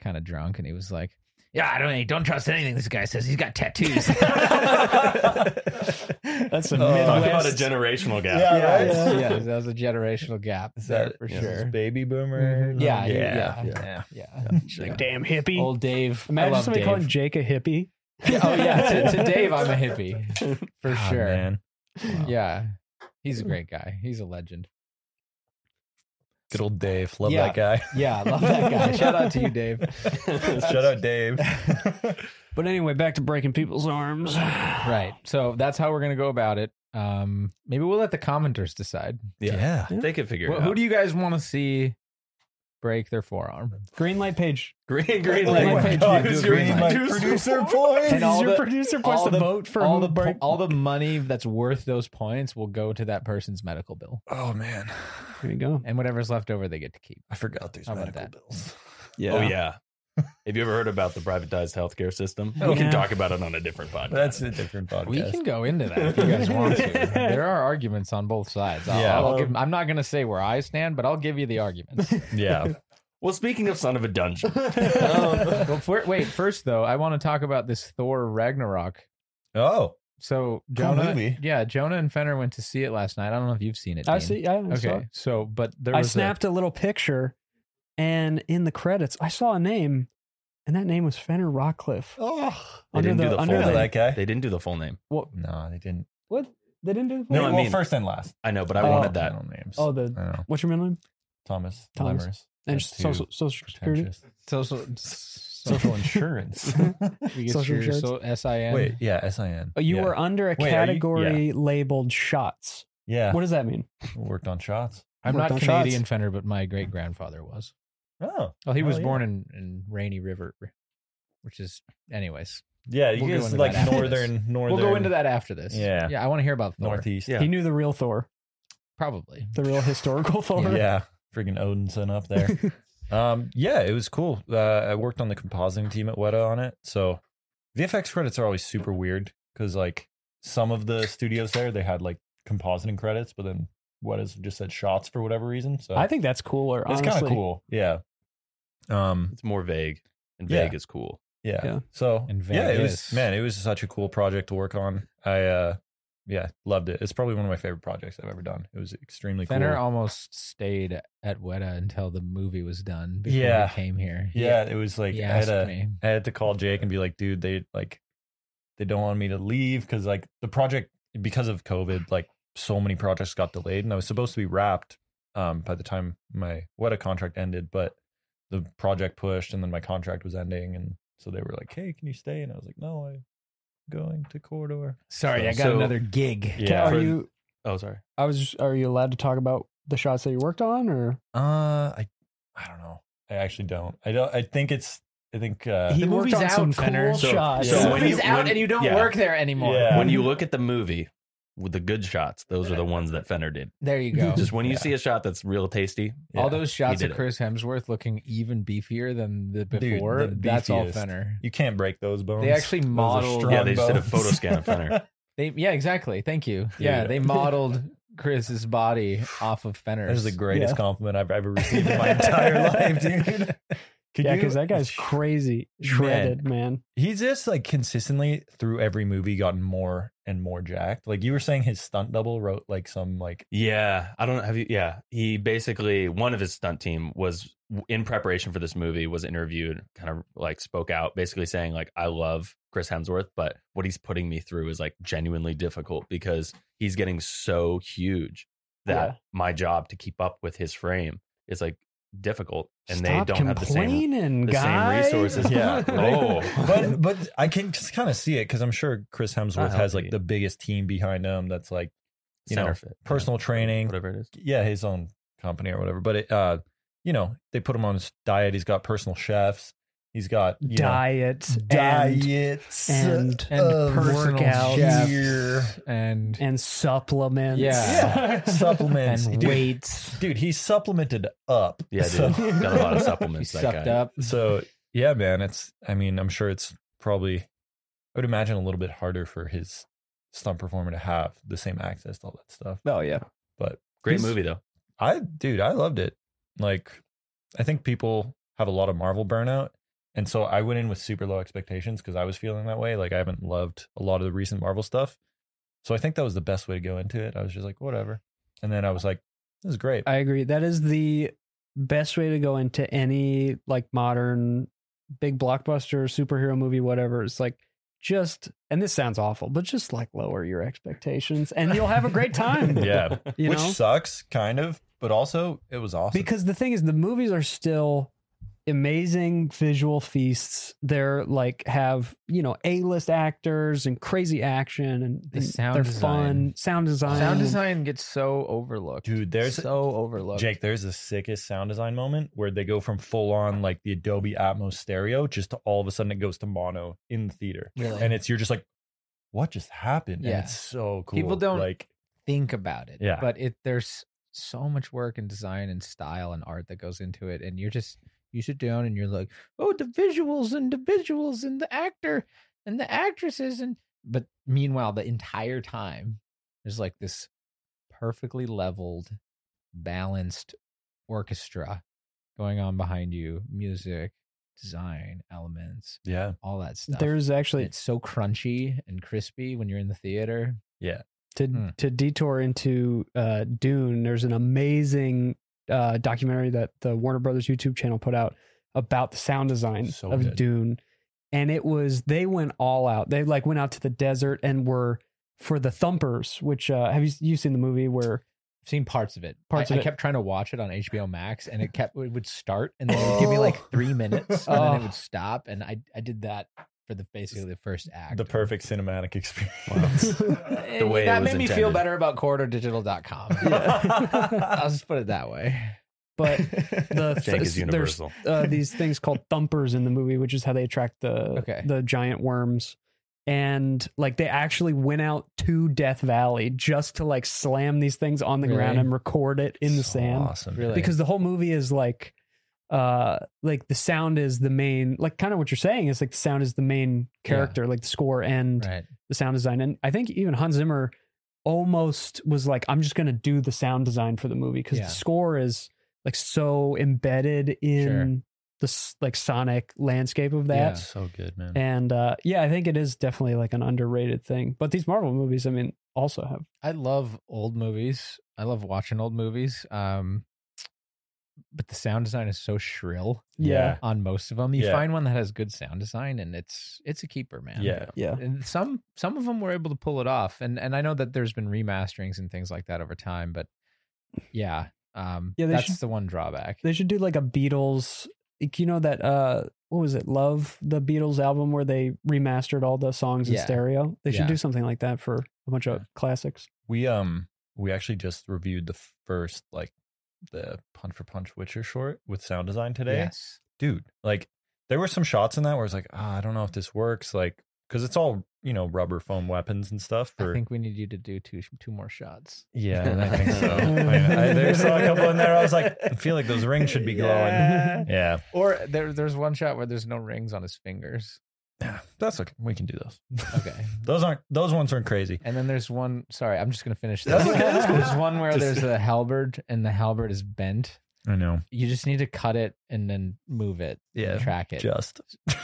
Speaker 4: kind of drunk, and he was like, "Yeah, I don't I don't trust anything this guy says. He's got tattoos."
Speaker 1: That's
Speaker 4: Oh,
Speaker 1: a
Speaker 2: Talk
Speaker 1: Midwest.
Speaker 2: about a generational gap.
Speaker 3: Yeah,
Speaker 1: Yeah,
Speaker 3: right?
Speaker 1: yeah.
Speaker 4: yeah, that was a generational gap.
Speaker 3: Is
Speaker 4: there
Speaker 3: that
Speaker 4: for
Speaker 3: is this
Speaker 4: sure?
Speaker 3: Baby boomer.
Speaker 4: Mhm. Yeah,
Speaker 3: yeah,
Speaker 4: yeah,
Speaker 3: yeah.
Speaker 4: Yeah.
Speaker 1: Like, damn hippie.
Speaker 4: Old Dave. I
Speaker 1: Imagine
Speaker 4: love
Speaker 1: somebody
Speaker 4: Dave.
Speaker 1: calling Jake a hippie.
Speaker 4: oh yeah, to, to Dave, I'm a hippie for
Speaker 3: Ah,
Speaker 4: sure.
Speaker 3: man.
Speaker 4: Yeah, he's a great guy. He's a legend.
Speaker 3: Good old Dave. Love
Speaker 4: Yeah.
Speaker 3: that guy.
Speaker 4: Yeah, I love that guy. Shout out to you, Dave.
Speaker 3: Shout out Dave.
Speaker 1: But anyway, back to breaking people's arms.
Speaker 4: Right. So that's how we're gonna go about it. Um, maybe we'll let the commenters decide.
Speaker 3: yeah.
Speaker 2: They can figure
Speaker 4: Wh-
Speaker 2: it out.
Speaker 4: who do you guys want to see break their forearm?
Speaker 1: Green light page.
Speaker 2: Green, green
Speaker 1: Oh my
Speaker 2: light.
Speaker 1: God,
Speaker 2: Use
Speaker 1: dude,
Speaker 2: your
Speaker 1: green
Speaker 3: light.
Speaker 2: producer
Speaker 3: Producer
Speaker 2: voice.
Speaker 3: voice.
Speaker 1: And all
Speaker 4: all
Speaker 1: your
Speaker 4: the-
Speaker 1: producer puts the, vote for
Speaker 4: all
Speaker 1: who
Speaker 4: the po-
Speaker 1: break-
Speaker 4: all the money that's worth those points will go to that person's medical bill,
Speaker 3: Oh man,
Speaker 1: There you go.
Speaker 4: and whatever's left over they get to keep.
Speaker 3: I forgot there's
Speaker 4: How about
Speaker 3: medical
Speaker 4: that?
Speaker 3: bills.
Speaker 1: Yeah.
Speaker 2: Oh yeah. Have you ever heard about the privatized healthcare system?
Speaker 1: Oh,
Speaker 2: we can
Speaker 1: yeah.
Speaker 2: talk about it on a different podcast.
Speaker 3: That's a different podcast.
Speaker 4: We can go into that if you guys want to. There are arguments on both sides. I'll,
Speaker 3: Yeah.
Speaker 4: I'll give, I'm not going to say where I stand, but I'll give you the arguments.
Speaker 3: yeah.
Speaker 2: well, speaking of son of a dungeon,
Speaker 4: well, for, wait, first though, I want to talk about this Thor Ragnarok.
Speaker 3: Oh,
Speaker 4: So
Speaker 3: Cool
Speaker 4: Jonah,
Speaker 3: movie.
Speaker 4: yeah, Jonah and Fenner went to see it last night. I don't know if you've seen it.
Speaker 1: I
Speaker 4: Dean.
Speaker 1: see. I okay.
Speaker 4: Okay, so but there
Speaker 1: I
Speaker 4: was a-
Speaker 1: snapped a little picture, and in the credits, I saw a name, and that name was Fenner Rockcliffe.
Speaker 3: oh.
Speaker 2: They didn't do the
Speaker 3: I
Speaker 1: under
Speaker 2: full
Speaker 3: know
Speaker 1: the,
Speaker 3: that guy.
Speaker 2: they didn't do the full name.
Speaker 1: what?
Speaker 3: no, they didn't.
Speaker 1: What? They didn't do the
Speaker 2: No,
Speaker 1: full-
Speaker 2: I
Speaker 3: well,
Speaker 2: mean-
Speaker 3: first and last.
Speaker 2: I know, but I
Speaker 1: Oh.
Speaker 2: wanted that.
Speaker 3: Middle names.
Speaker 1: Oh,
Speaker 3: I
Speaker 1: the
Speaker 3: don't know.
Speaker 1: what's your middle name?
Speaker 3: Thomas,
Speaker 1: Thomas.
Speaker 3: Lemmers.
Speaker 1: And
Speaker 3: That's
Speaker 1: social
Speaker 3: too
Speaker 1: social security.
Speaker 3: pretentious.
Speaker 4: social social
Speaker 3: Social insurance.
Speaker 4: we get
Speaker 1: social
Speaker 4: your
Speaker 1: insurance.
Speaker 4: so S I N.
Speaker 3: Wait, yeah, S I N.
Speaker 1: Mm-hmm. Oh, you
Speaker 3: yeah.
Speaker 1: were under a
Speaker 3: Wait, are you-
Speaker 1: category labeled shots.
Speaker 3: Yeah,
Speaker 1: What does that mean?
Speaker 3: worked on shots.
Speaker 4: I'm
Speaker 1: Worked
Speaker 4: not
Speaker 1: on
Speaker 4: Canadian
Speaker 1: shots.
Speaker 4: Fenner, but my great grandfather was.
Speaker 3: Oh,
Speaker 4: Well, he
Speaker 3: Oh,
Speaker 4: was
Speaker 3: yeah.
Speaker 4: born in in Rainy River, which is, anyways.
Speaker 3: yeah. You
Speaker 4: We'll go
Speaker 3: guys
Speaker 4: into
Speaker 3: like
Speaker 4: that after
Speaker 3: northern, northern.
Speaker 4: We'll go into that after this.
Speaker 3: Yeah. E-
Speaker 4: yeah. I want to hear about Thor.
Speaker 3: northeast.
Speaker 2: Yeah.
Speaker 1: He knew the real Thor,
Speaker 4: probably.
Speaker 1: the real historical Thor.
Speaker 3: yeah, friggin' Odinson up there. um, yeah, it was cool. Uh, I worked on the compositing team at Weta on it, so the FX credits are always super weird because like some of the studios there they had like compositing credits, but then Weta's just said shots for whatever reason. So
Speaker 1: I think that's cooler.
Speaker 3: it's
Speaker 1: honestly.
Speaker 3: kind of cool. Yeah. Um.
Speaker 2: It's more vague, and
Speaker 3: Yeah.
Speaker 2: vague is cool.
Speaker 3: Yeah.
Speaker 1: Yeah.
Speaker 3: So
Speaker 4: In
Speaker 3: yeah, it was
Speaker 4: Vegas.
Speaker 3: man, it was such a cool project to work on. I uh yeah, loved it. It's probably one of my favorite projects I've ever done. It was extremely cool.
Speaker 4: Fenner almost stayed at Weta until the movie was done before
Speaker 3: Yeah.
Speaker 4: he came here.
Speaker 3: yeah, it was like
Speaker 4: he
Speaker 3: I had
Speaker 4: asked
Speaker 3: a
Speaker 4: me.
Speaker 3: I had to call Jake and be like, dude, they like they don't want me to leave because like the project because of COVID, like so many projects got delayed and I was supposed to be wrapped um by the time my WETA contract ended, but the project pushed and then my contract was ending and so they were like, Hey, can you stay? And I was like, No, I'm going to corridor.
Speaker 4: Sorry, I got
Speaker 2: So-
Speaker 4: another gig.
Speaker 3: Yeah.
Speaker 1: Are
Speaker 2: For-
Speaker 1: you?
Speaker 2: Oh, sorry.
Speaker 1: I was. Are you allowed to talk about the shots that you worked on, or
Speaker 3: Uh, I I don't know. I actually don't. I don't. I think it's. I think. Uh,
Speaker 1: He
Speaker 4: the
Speaker 1: worked
Speaker 4: movie's
Speaker 1: on
Speaker 4: out,
Speaker 1: some
Speaker 4: Fenner.
Speaker 1: cool
Speaker 2: So-
Speaker 1: shots.
Speaker 2: so
Speaker 4: the
Speaker 2: when
Speaker 4: movie's
Speaker 2: you-
Speaker 4: out
Speaker 2: when-
Speaker 4: and you don't
Speaker 2: yeah.
Speaker 4: work there anymore.
Speaker 3: Yeah.
Speaker 2: When you look at the movie with the good shots, those are the ones that Fenner did.
Speaker 4: There you go.
Speaker 2: Just when you
Speaker 3: Yeah.
Speaker 2: see a shot that's real tasty,
Speaker 3: yeah.
Speaker 4: All those shots
Speaker 2: did
Speaker 4: of
Speaker 2: it.
Speaker 4: Chris Hemsworth looking even beefier than the
Speaker 3: Dude, the
Speaker 4: before. that's all
Speaker 3: beefiest.
Speaker 4: Fenner.
Speaker 3: You can't break those bones.
Speaker 4: They actually
Speaker 3: Those are
Speaker 4: modeled-
Speaker 3: strong
Speaker 2: Yeah, they just did a
Speaker 3: bones.
Speaker 2: photo scan of Fenner.
Speaker 4: They yeah, exactly. Thank you. Yeah,
Speaker 3: Yeah.
Speaker 4: they modeled Chris's body off of Fenner's.
Speaker 3: that is the greatest compliment I've ever received in my entire life, dude. Could
Speaker 1: yeah,
Speaker 3: you-
Speaker 1: because that guy's crazy, shredded, man.
Speaker 3: He's just like consistently through every movie gotten more and more jacked. Like you were saying, his stunt double wrote like some like
Speaker 2: Yeah, I don't have you. Yeah, he basically one of his stunt team was in preparation for this movie was interviewed, kind of like spoke out, basically saying like I love Chris Hemsworth, but what he's putting me through is like genuinely difficult because he's getting so huge that
Speaker 1: Yeah.
Speaker 2: my job to keep up with his frame is like difficult, and
Speaker 1: Stop
Speaker 2: they don't have the same.
Speaker 1: complaining,
Speaker 2: the same
Speaker 1: guys.
Speaker 2: resources.
Speaker 3: Yeah,
Speaker 2: Oh,
Speaker 3: but but I can just kind of see it because I'm sure Chris Hemsworth has like
Speaker 2: healthy.
Speaker 3: the biggest team behind him. That's like you know,
Speaker 2: Center fit, yeah,
Speaker 3: personal training,
Speaker 2: whatever it is.
Speaker 3: yeah, his own company or whatever. But it, uh, you know, they put him on his diet. He's got personal chefs. He's got you know,
Speaker 1: diet, and,
Speaker 3: diets
Speaker 1: and-
Speaker 4: and
Speaker 3: of
Speaker 4: personal
Speaker 1: workouts.
Speaker 4: chefs
Speaker 3: gear.
Speaker 4: and
Speaker 1: and supplements.
Speaker 4: Yeah.
Speaker 3: Yeah, supplements.
Speaker 4: and
Speaker 3: dude,
Speaker 4: weights.
Speaker 3: dude, he's supplemented up.
Speaker 2: Yeah, dude,
Speaker 3: So,
Speaker 2: got a lot of
Speaker 4: He
Speaker 2: supplements. that
Speaker 4: sucked
Speaker 2: guy.
Speaker 4: up.
Speaker 3: so yeah, man. It's. I mean, I'm sure it's probably. I would imagine a little bit harder for his stunt performer to have the same access to all that stuff.
Speaker 1: Oh yeah.
Speaker 3: But
Speaker 2: Great
Speaker 3: he's-
Speaker 2: movie though.
Speaker 3: I dude, I loved it. Like I think people have a lot of Marvel burnout. And so I went in with super low expectations because I was feeling that way. Like I haven't loved a lot of the recent Marvel stuff. So I think that was the best way to go into it. I was just like, whatever. And then I was like, this is great.
Speaker 1: I agree. That is the best way to go into any like modern big blockbuster superhero movie, whatever. It's like just and this sounds awful, but just like lower your expectations and you'll have a great time.
Speaker 3: yeah.
Speaker 1: You
Speaker 3: Which
Speaker 1: know?
Speaker 3: sucks, kind of, but also it was awesome.
Speaker 1: Because the thing is the movies are still amazing visual feasts. They're like have, you know, A-list actors and crazy action and,
Speaker 4: The
Speaker 1: and
Speaker 4: sound
Speaker 1: they're fun.
Speaker 4: design.
Speaker 1: Sound design.
Speaker 4: Sound design gets so overlooked.
Speaker 3: Dude, there's-
Speaker 4: so overlooked.
Speaker 3: Jake, there's the sickest sound design moment where they go from full on like the Adobe Atmos stereo just to all of a sudden it goes to mono in the theater.
Speaker 4: Really?
Speaker 3: And it's you're just like, what just happened?
Speaker 4: Yeah.
Speaker 3: And it's so cool.
Speaker 4: People don't-
Speaker 3: like
Speaker 4: think about it.
Speaker 3: Yeah.
Speaker 4: But it there's so much work and design and style and art that goes into it. And you're just you sit down and you're like, oh, the visuals and the visuals and the actor and the actresses and but meanwhile, the entire time there's like this perfectly leveled, balanced orchestra going on behind you, music, design, elements,
Speaker 3: Yeah.
Speaker 4: all that stuff.
Speaker 1: There's
Speaker 4: And
Speaker 1: actually
Speaker 4: it's so crunchy and crispy when you're in the theater.
Speaker 1: to
Speaker 4: Hmm.
Speaker 1: to detour into uh, Dune, there's an amazing uh, documentary that the Warner Brothers YouTube channel put out about the sound design
Speaker 3: So
Speaker 1: of
Speaker 3: good.
Speaker 1: Dune, and it was they went all out. They like went out to the desert and were for the thumpers, which uh, have you you seen the movie where
Speaker 4: I've seen parts of it.
Speaker 1: Parts
Speaker 4: I,
Speaker 1: of
Speaker 4: I
Speaker 1: it.
Speaker 4: kept trying to watch it on HBO Max, and it kept it would start, and then it would give me like three minutes, and then it
Speaker 1: Oh.
Speaker 4: would stop. And I I did that for the basically the first act.
Speaker 3: The perfect cinematic experience.
Speaker 4: Eh,
Speaker 2: the way it
Speaker 4: that
Speaker 2: was
Speaker 4: made me feel
Speaker 2: intended.
Speaker 4: better about corridordigital.com. I'll just put it that way.
Speaker 1: but the
Speaker 2: Jake is
Speaker 1: there's,
Speaker 2: universal.
Speaker 1: uh, these things called thumpers in the movie, which is how they attract the
Speaker 4: Okay.
Speaker 1: the giant worms. And like they actually went out to Death Valley just to like slam these things on the ground
Speaker 4: Really?
Speaker 1: and record it in the
Speaker 3: So
Speaker 1: sand.
Speaker 3: Awesome.
Speaker 4: Really,
Speaker 1: Because the whole movie is like uh like the sound is the main like kind of what you're saying is like the sound is the main character, like the score and
Speaker 4: right?
Speaker 1: the sound design. And I think even Hans Zimmer almost was like, I'm just going to do the sound design for the movie because
Speaker 4: Yeah.
Speaker 1: the score is like so embedded in the s- like sonic landscape of that.
Speaker 3: so good, man.
Speaker 1: And uh, yeah, I think it is definitely like an underrated thing. But these Marvel movies, I mean, also have
Speaker 4: I love old movies. I love watching old movies. Um, but the sound design is so shrill
Speaker 1: yeah,
Speaker 4: on most of them. You
Speaker 3: Yeah.
Speaker 4: find one that has good sound design, and it's it's a keeper, man.
Speaker 3: Yeah.
Speaker 1: yeah,
Speaker 4: And some some of them were able to pull it off, and and I know that there's been remasterings and things like that over time, but yeah, um,
Speaker 1: Yeah, they
Speaker 4: that's
Speaker 1: should-
Speaker 4: the one drawback.
Speaker 1: They should do like a Beatles. like, You know that uh, what was it? Love the Beatles album where they remastered all the songs in
Speaker 4: Yeah.
Speaker 1: stereo. They should
Speaker 4: Yeah.
Speaker 1: do something like that for a bunch of classics.
Speaker 3: We um we actually just reviewed the first like the Punch for Punch Witcher short with sound design today.
Speaker 4: Yes,
Speaker 3: Dude, like there were some shots in that where it's like, ah, I don't know if this works, like because it's all you know rubber foam weapons and stuff. For
Speaker 4: I think we need you to do two two more shots.
Speaker 3: yeah, I think so. I, I, there's a couple in there. I was like, I feel like those rings should be glowing.
Speaker 4: Yeah.
Speaker 3: Yeah,
Speaker 4: Or there, there's one shot where there's no rings on his fingers.
Speaker 3: that's okay. We can do those.
Speaker 4: Okay.
Speaker 3: those aren't those ones aren't crazy.
Speaker 4: And then there's one. Sorry, I'm just gonna finish this.
Speaker 3: That's okay, that's cool.
Speaker 4: There's one where
Speaker 3: Just-
Speaker 4: there's a halberd, and the halberd is bent.
Speaker 3: I know.
Speaker 4: You just need to cut it and then move it. and
Speaker 3: Yeah,
Speaker 4: track it.
Speaker 3: Just,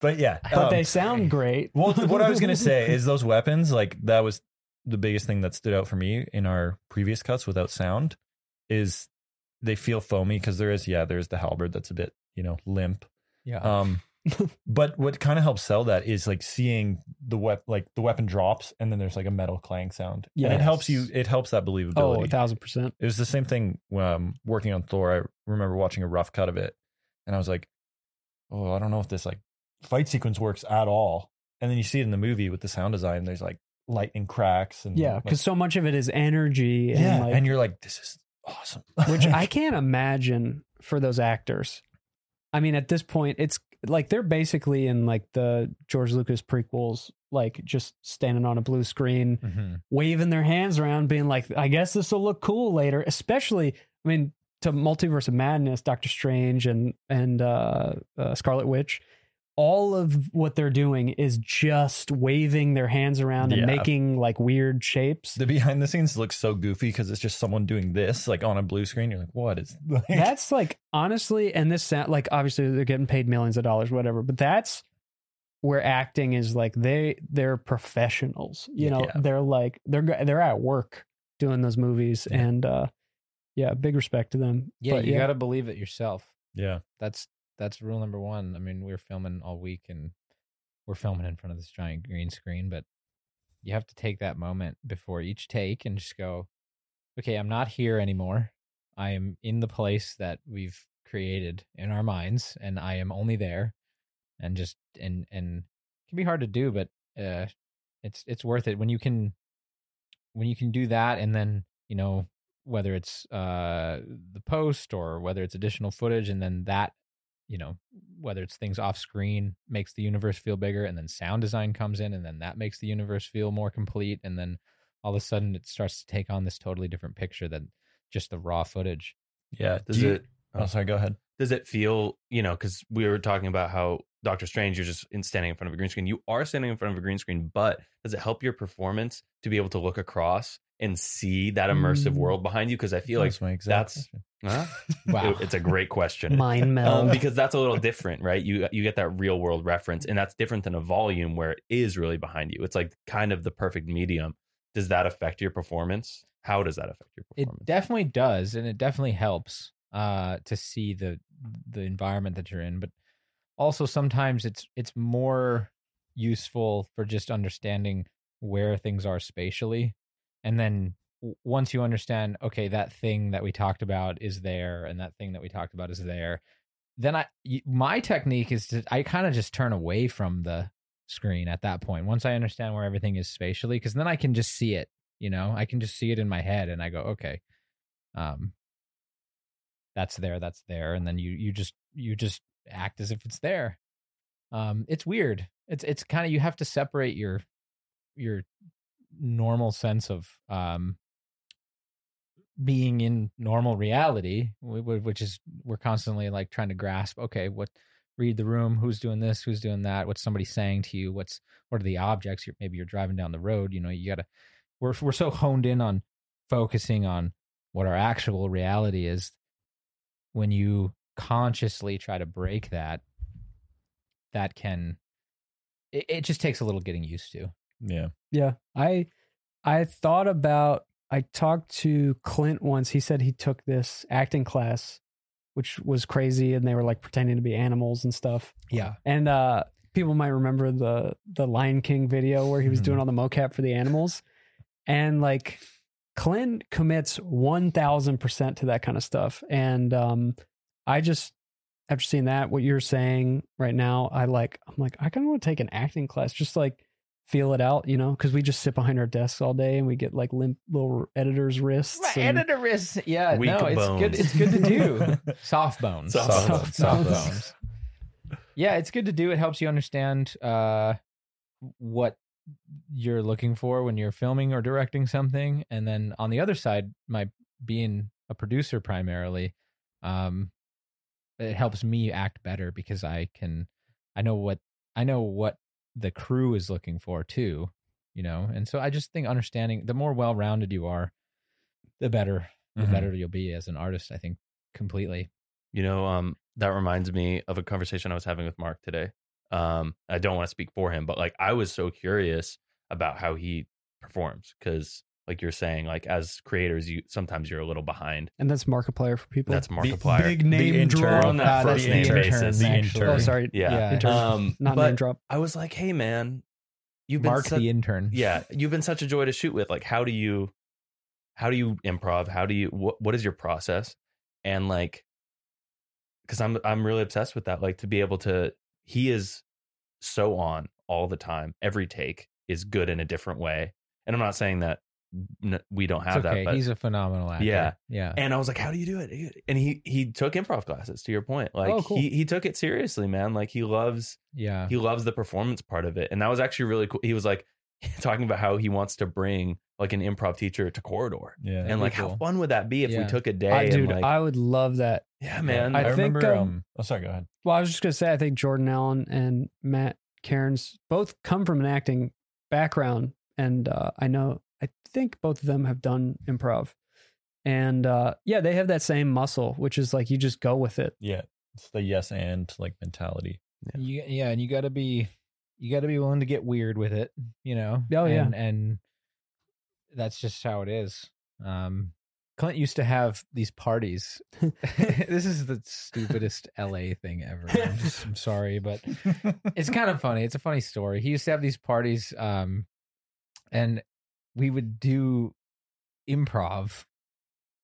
Speaker 3: but yeah,
Speaker 1: But
Speaker 3: um,
Speaker 1: they sound great.
Speaker 3: Well, th- what I was gonna say is those weapons, like that was the biggest thing that stood out for me in our previous cuts without sound, is they feel foamy because there is, yeah, there's the halberd that's a bit, you know, limp.
Speaker 4: yeah.
Speaker 3: Um, but what kind of helps sell that is like seeing the wep like the weapon drops and then there's like a metal clang sound. Yeah, and
Speaker 1: Yes.
Speaker 3: it helps you. It helps that believability
Speaker 1: Oh, a thousand percent.
Speaker 3: it was the same thing um, working on Thor. I remember watching a rough cut of it, and I was like, "Oh, I don't know if this like fight sequence works at all." And then you see it in the movie with the sound design. There's like lightning cracks and
Speaker 1: Yeah,
Speaker 3: Mm, like-
Speaker 1: because so much of it is energy and
Speaker 3: yeah,
Speaker 1: like
Speaker 3: and you're like, "This is awesome."
Speaker 1: which I can't imagine for those actors. I mean, at this point, it's like they're basically in like the George Lucas prequels, like just standing on a blue screen,
Speaker 3: Mhm.
Speaker 1: waving their hands around, being like, I guess this will look cool later. Especially, I mean, to Multiverse of Madness, Doctor Strange and and uh, uh, Scarlet Witch, all of what they're doing is just waving their hands around and
Speaker 3: Yeah.
Speaker 1: making like weird shapes.
Speaker 3: The behind the scenes looks so goofy because it's just someone doing this like on a blue screen. You're like, "What is?" Like,
Speaker 1: that's like honestly, and this sound like obviously they're getting paid millions of dollars, whatever. But that's where acting is like they they're professionals. You know,
Speaker 3: Yeah.
Speaker 1: they're like they're go- they're at work doing those movies,
Speaker 3: Yeah.
Speaker 1: and uh yeah, big respect to them.
Speaker 4: yeah,
Speaker 1: But
Speaker 4: you got to believe it yourself.
Speaker 3: yeah,
Speaker 4: That's that's rule number one. I mean, we we're filming all week, and we're filming in front of this giant green screen, but you have to take that moment before each take and just go, "Okay, I'm not here anymore. I am in the place that we've created in our minds, and I am only there." And just and and it can be hard to do, but uh, it's it's worth it when you can when you can do that, and then you know whether it's uh the post or whether it's additional footage and then that you know whether it's things off screen makes the universe feel bigger and then sound design comes in and then that makes the universe feel more complete and then all of a sudden it starts to take on this totally different picture than just the raw footage
Speaker 3: yeah.
Speaker 2: Does
Speaker 3: Do you-
Speaker 2: it-
Speaker 3: Oh, sorry. Go ahead.
Speaker 2: does it feel you know because we were talking about how doctor strange you're just in standing in front of a green screen you are standing in front of a green screen but does it help your performance to be able to look across and see that immersive
Speaker 1: Mm.
Speaker 2: world behind you because i feel like
Speaker 3: That's my exact
Speaker 2: that's-
Speaker 3: question.
Speaker 2: huh?
Speaker 4: wow
Speaker 2: It- it's a great question
Speaker 1: mind
Speaker 2: um,
Speaker 1: meld.
Speaker 2: because that's a little different right you you get that real world reference and that's different than a volume where it is really behind you it's like kind of the perfect medium does that affect your performance how does that affect your
Speaker 4: it
Speaker 2: performance
Speaker 4: definitely does and it definitely helps uh to see the the environment that you're in but also sometimes it's it's more useful for just understanding where things are spatially and then w- once you understand okay that thing that we talked about is there and that thing that we talked about is there then i y- my technique is to i kind of just turn away from the screen at that point once i understand where everything is spatially because then i can just see it you know i can just see it in my head and i go okay um that's there that's there and then you you just you just act as if it's there um it's weird it's it's kind of you have to separate your your normal sense of um being in normal reality wh- wh- which is we're constantly like trying to grasp okay what read the room who's doing this who's doing that what's somebody saying to you what's what are the objects you're, maybe you're driving down the road you know you gotta we're we're so honed in on focusing on what our actual reality is when you consciously try to break that, that can it, it just takes a little getting used to.
Speaker 3: Yeah.
Speaker 1: Yeah. I I thought about I talked to Clint once. He said he took this acting class, which was crazy, and they were like pretending to be animals and stuff.
Speaker 4: Yeah.
Speaker 1: And uh people might remember the the Lion King video where he was
Speaker 2: Hmm.
Speaker 1: doing all the mocap for the animals. And like Clint commits one thousand percent to that kind of stuff. And um I just after seeing that, what you're saying right now, I like I'm like, I kinda want to take an acting class, just like feel it out, you know, because we just sit behind our desks all day and we get like limp little editor's wrists. and-
Speaker 4: wrist. Yeah,
Speaker 2: Weak
Speaker 4: no, it's good.
Speaker 2: bones.
Speaker 4: It's good to do. Soft bones.
Speaker 2: Soft bones.
Speaker 3: Soft bones, soft bones.
Speaker 4: Yeah, it's good to do. It helps you understand uh, what you're looking for when you're filming or directing something. And then on the other side, my being a producer primarily, um, it helps me act better because I can, I know what I know what the crew is looking for too, you know. And so I just think understanding the more well-rounded you are, the better the
Speaker 2: Mm-hmm.
Speaker 3: Mhm.
Speaker 4: better you'll be as an artist. I think completely.
Speaker 2: You know, um, that reminds me of a conversation I was having with Mark today. Um, I don't want to speak for him, but like I was so curious about how he performs because, like you're saying, like as creators, you sometimes you're a little behind.
Speaker 1: and that's Markiplier for people.
Speaker 2: That's Markiplier.
Speaker 1: big name
Speaker 3: intern.
Speaker 1: drop.
Speaker 2: On that
Speaker 1: Ah,
Speaker 2: first
Speaker 1: that's
Speaker 2: name
Speaker 1: the
Speaker 2: basis.
Speaker 1: intern.
Speaker 3: The
Speaker 4: actually.
Speaker 3: intern.
Speaker 1: Oh, sorry.
Speaker 2: yeah.
Speaker 4: Yeah.
Speaker 1: Intern.
Speaker 2: Um,
Speaker 1: Not
Speaker 2: but
Speaker 1: name drop.
Speaker 2: I was like, hey man, you've been
Speaker 4: Mark
Speaker 2: such-
Speaker 4: the intern.
Speaker 2: yeah, you've been such a joy to shoot with. Like, how do you, how do you improv? How do you, what, what is your process? And like, because I'm, I'm really obsessed with that. Like, to be able to, he is so on all the time. Every take is good in a different way. And I'm not saying that n- we don't
Speaker 4: It's
Speaker 2: have
Speaker 4: okay.
Speaker 2: that, but
Speaker 4: He's a phenomenal actor.
Speaker 2: Yeah.
Speaker 4: Yeah.
Speaker 2: and I was like, "How do you do it?" And he he took improv classes. To your point, like
Speaker 4: Oh, cool.
Speaker 2: he he took it seriously, man. Like he loves
Speaker 4: Yeah.
Speaker 2: he loves the performance part of it, and that was actually really cool. He was like talking about how he wants to bring like an improv teacher to corridor,
Speaker 3: Yeah.
Speaker 2: and
Speaker 4: be
Speaker 2: like how
Speaker 4: cool.
Speaker 3: oh,
Speaker 2: fun would that be if we
Speaker 4: Yeah.
Speaker 2: took a day?
Speaker 1: I,
Speaker 2: and,
Speaker 1: dude,
Speaker 2: like-
Speaker 1: I would love that.
Speaker 2: yeah, man.
Speaker 3: I,
Speaker 1: I think,
Speaker 3: remember.
Speaker 1: um,
Speaker 3: um, oh, sorry. Go ahead.
Speaker 1: Well, I was just gonna say, I think Jordan Allen and Matt Cairns both come from an acting background, and uh, I know I think both of them have done improv, and uh, yeah, they have that same muscle, which is like you just go with it.
Speaker 3: Yeah. It's the yes and like mentality.
Speaker 4: You, yeah, and you got to be you got to be willing to get weird with it, you know.
Speaker 1: Oh, yeah.
Speaker 4: And, and that's just how it is. Um Clint used to have these parties. this is the stupidest LA thing ever. I'm, just, I'm sorry, but it's kind of funny. It's a funny story. He used to have these parties, um, and we would do improv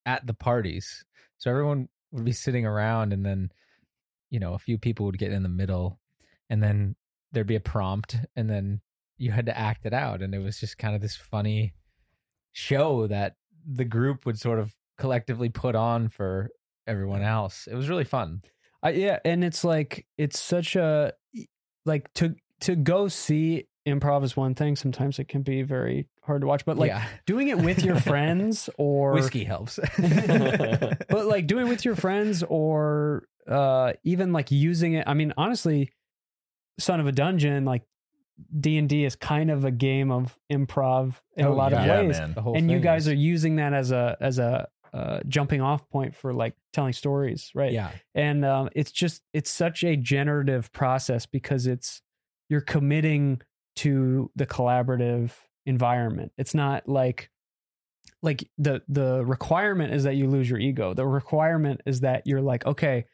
Speaker 4: at the parties. So everyone would be sitting around, and then you know a few people would get in the middle, and then there'd be a prompt, and then you had to act it out, and it was just kind of this funny show that the group would sort of collectively put on for everyone else. It was really fun.
Speaker 1: I, yeah, and it's like it's such a e, like to to go see improv is one thing. Sometimes it can be very hard to watch, but like
Speaker 4: yeah,
Speaker 1: doing it with your friends or
Speaker 4: whiskey helps.
Speaker 1: but like doing it with your friends or uh even like using it. I mean, honestly, Son of a Dungeon like D and D is kind of a game of improv in a
Speaker 4: Oh,
Speaker 1: lot
Speaker 3: yeah,
Speaker 1: of ways,
Speaker 3: man.
Speaker 4: The whole
Speaker 1: and you
Speaker 4: thing
Speaker 1: guys
Speaker 4: is-
Speaker 1: are using that as a as a uh, jumping off point for like telling stories, right?
Speaker 4: yeah.
Speaker 1: and um, it's just it's such a generative process because it's you're committing to the collaborative environment it's not like like the the requirement is that you lose your ego the requirement is that you're like okay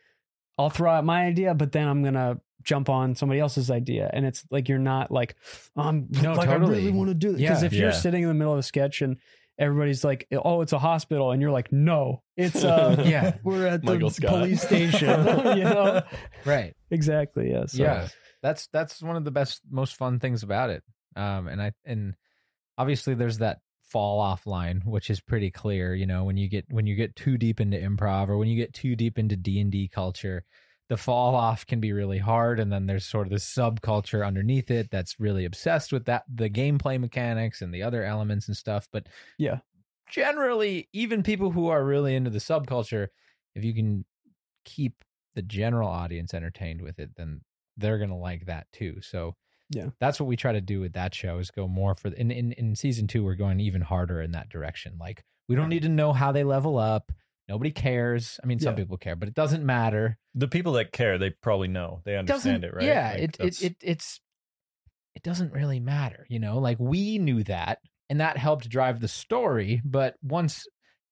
Speaker 1: i'll throw out my idea but then i'm gonna jump on somebody else's idea and it's like you're not like i'm
Speaker 4: No,
Speaker 1: like i
Speaker 4: totally.
Speaker 1: really want to do because
Speaker 4: Yeah.
Speaker 1: if you're
Speaker 3: Yeah.
Speaker 1: sitting in the middle of a sketch and everybody's like oh it's a hospital and you're like no it's uh
Speaker 4: Yeah.
Speaker 1: we're at
Speaker 2: Michael
Speaker 1: the
Speaker 2: Scott.
Speaker 1: police station. you know
Speaker 4: Right.
Speaker 1: exactly. Yes.
Speaker 4: Yeah. That's that's one of the best most fun things about it. Um and I and obviously there's that fall off line which is pretty clear, you know, when you get when you get too deep into improv or when you get too deep into D&D culture, the fall off can be really hard and then there's sort of this subculture underneath it that's really obsessed with that the gameplay mechanics and the other elements and stuff, but
Speaker 1: Yeah.
Speaker 4: Generally, even people who are really into the subculture, if you can keep the general audience entertained with it, then they're gonna like that too. So
Speaker 1: Yeah.
Speaker 4: that's what we try to do with that show is go more for in in in season two we're going even harder in that direction. Like we don't need to know how they level up. Nobody cares. I mean, some
Speaker 3: Yeah.
Speaker 4: people care, but it doesn't matter.
Speaker 3: The people that care, they probably know. They understand
Speaker 4: Doesn't
Speaker 3: it, right?
Speaker 4: Yeah,
Speaker 3: Like,
Speaker 4: it,
Speaker 3: that's-
Speaker 4: it it it's it doesn't really matter, you know. Like we knew that, and that helped drive the story. But once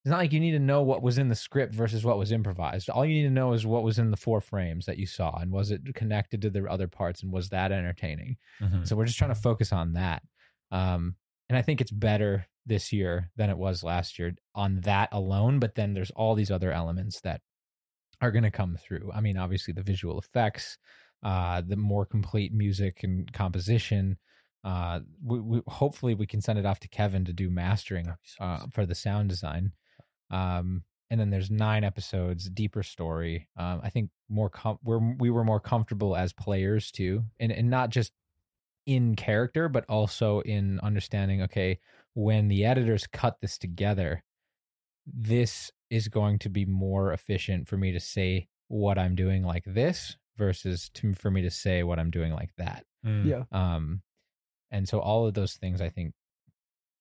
Speaker 4: it's not like you need to know what was in the script versus what was improvised. All you need to know is what was in the four frames that you saw, and was it connected to the other parts, and was that entertaining?
Speaker 3: Mhm.
Speaker 4: So we're just trying to focus on that. Um, and I think it's better this year than it was last year on that alone. But then there's all these other elements that are going to come through. I mean, obviously the visual effects, uh, the more complete music and composition. Uh, we, we hopefully we can send it off to Kevin to do mastering
Speaker 3: That'd be so
Speaker 4: uh,
Speaker 3: sick.
Speaker 4: for the sound design. Um, and then there's nine episodes, deeper story. Um, I think more com- we're, we were more comfortable as players too, and and not just in character, but also in understanding. Okay, when the editors cut this together, this is going to be more efficient for me to say what I'm doing like this versus to, for me to say what I'm doing like that
Speaker 3: Mm.
Speaker 1: Yeah.
Speaker 4: um and so all of those things i think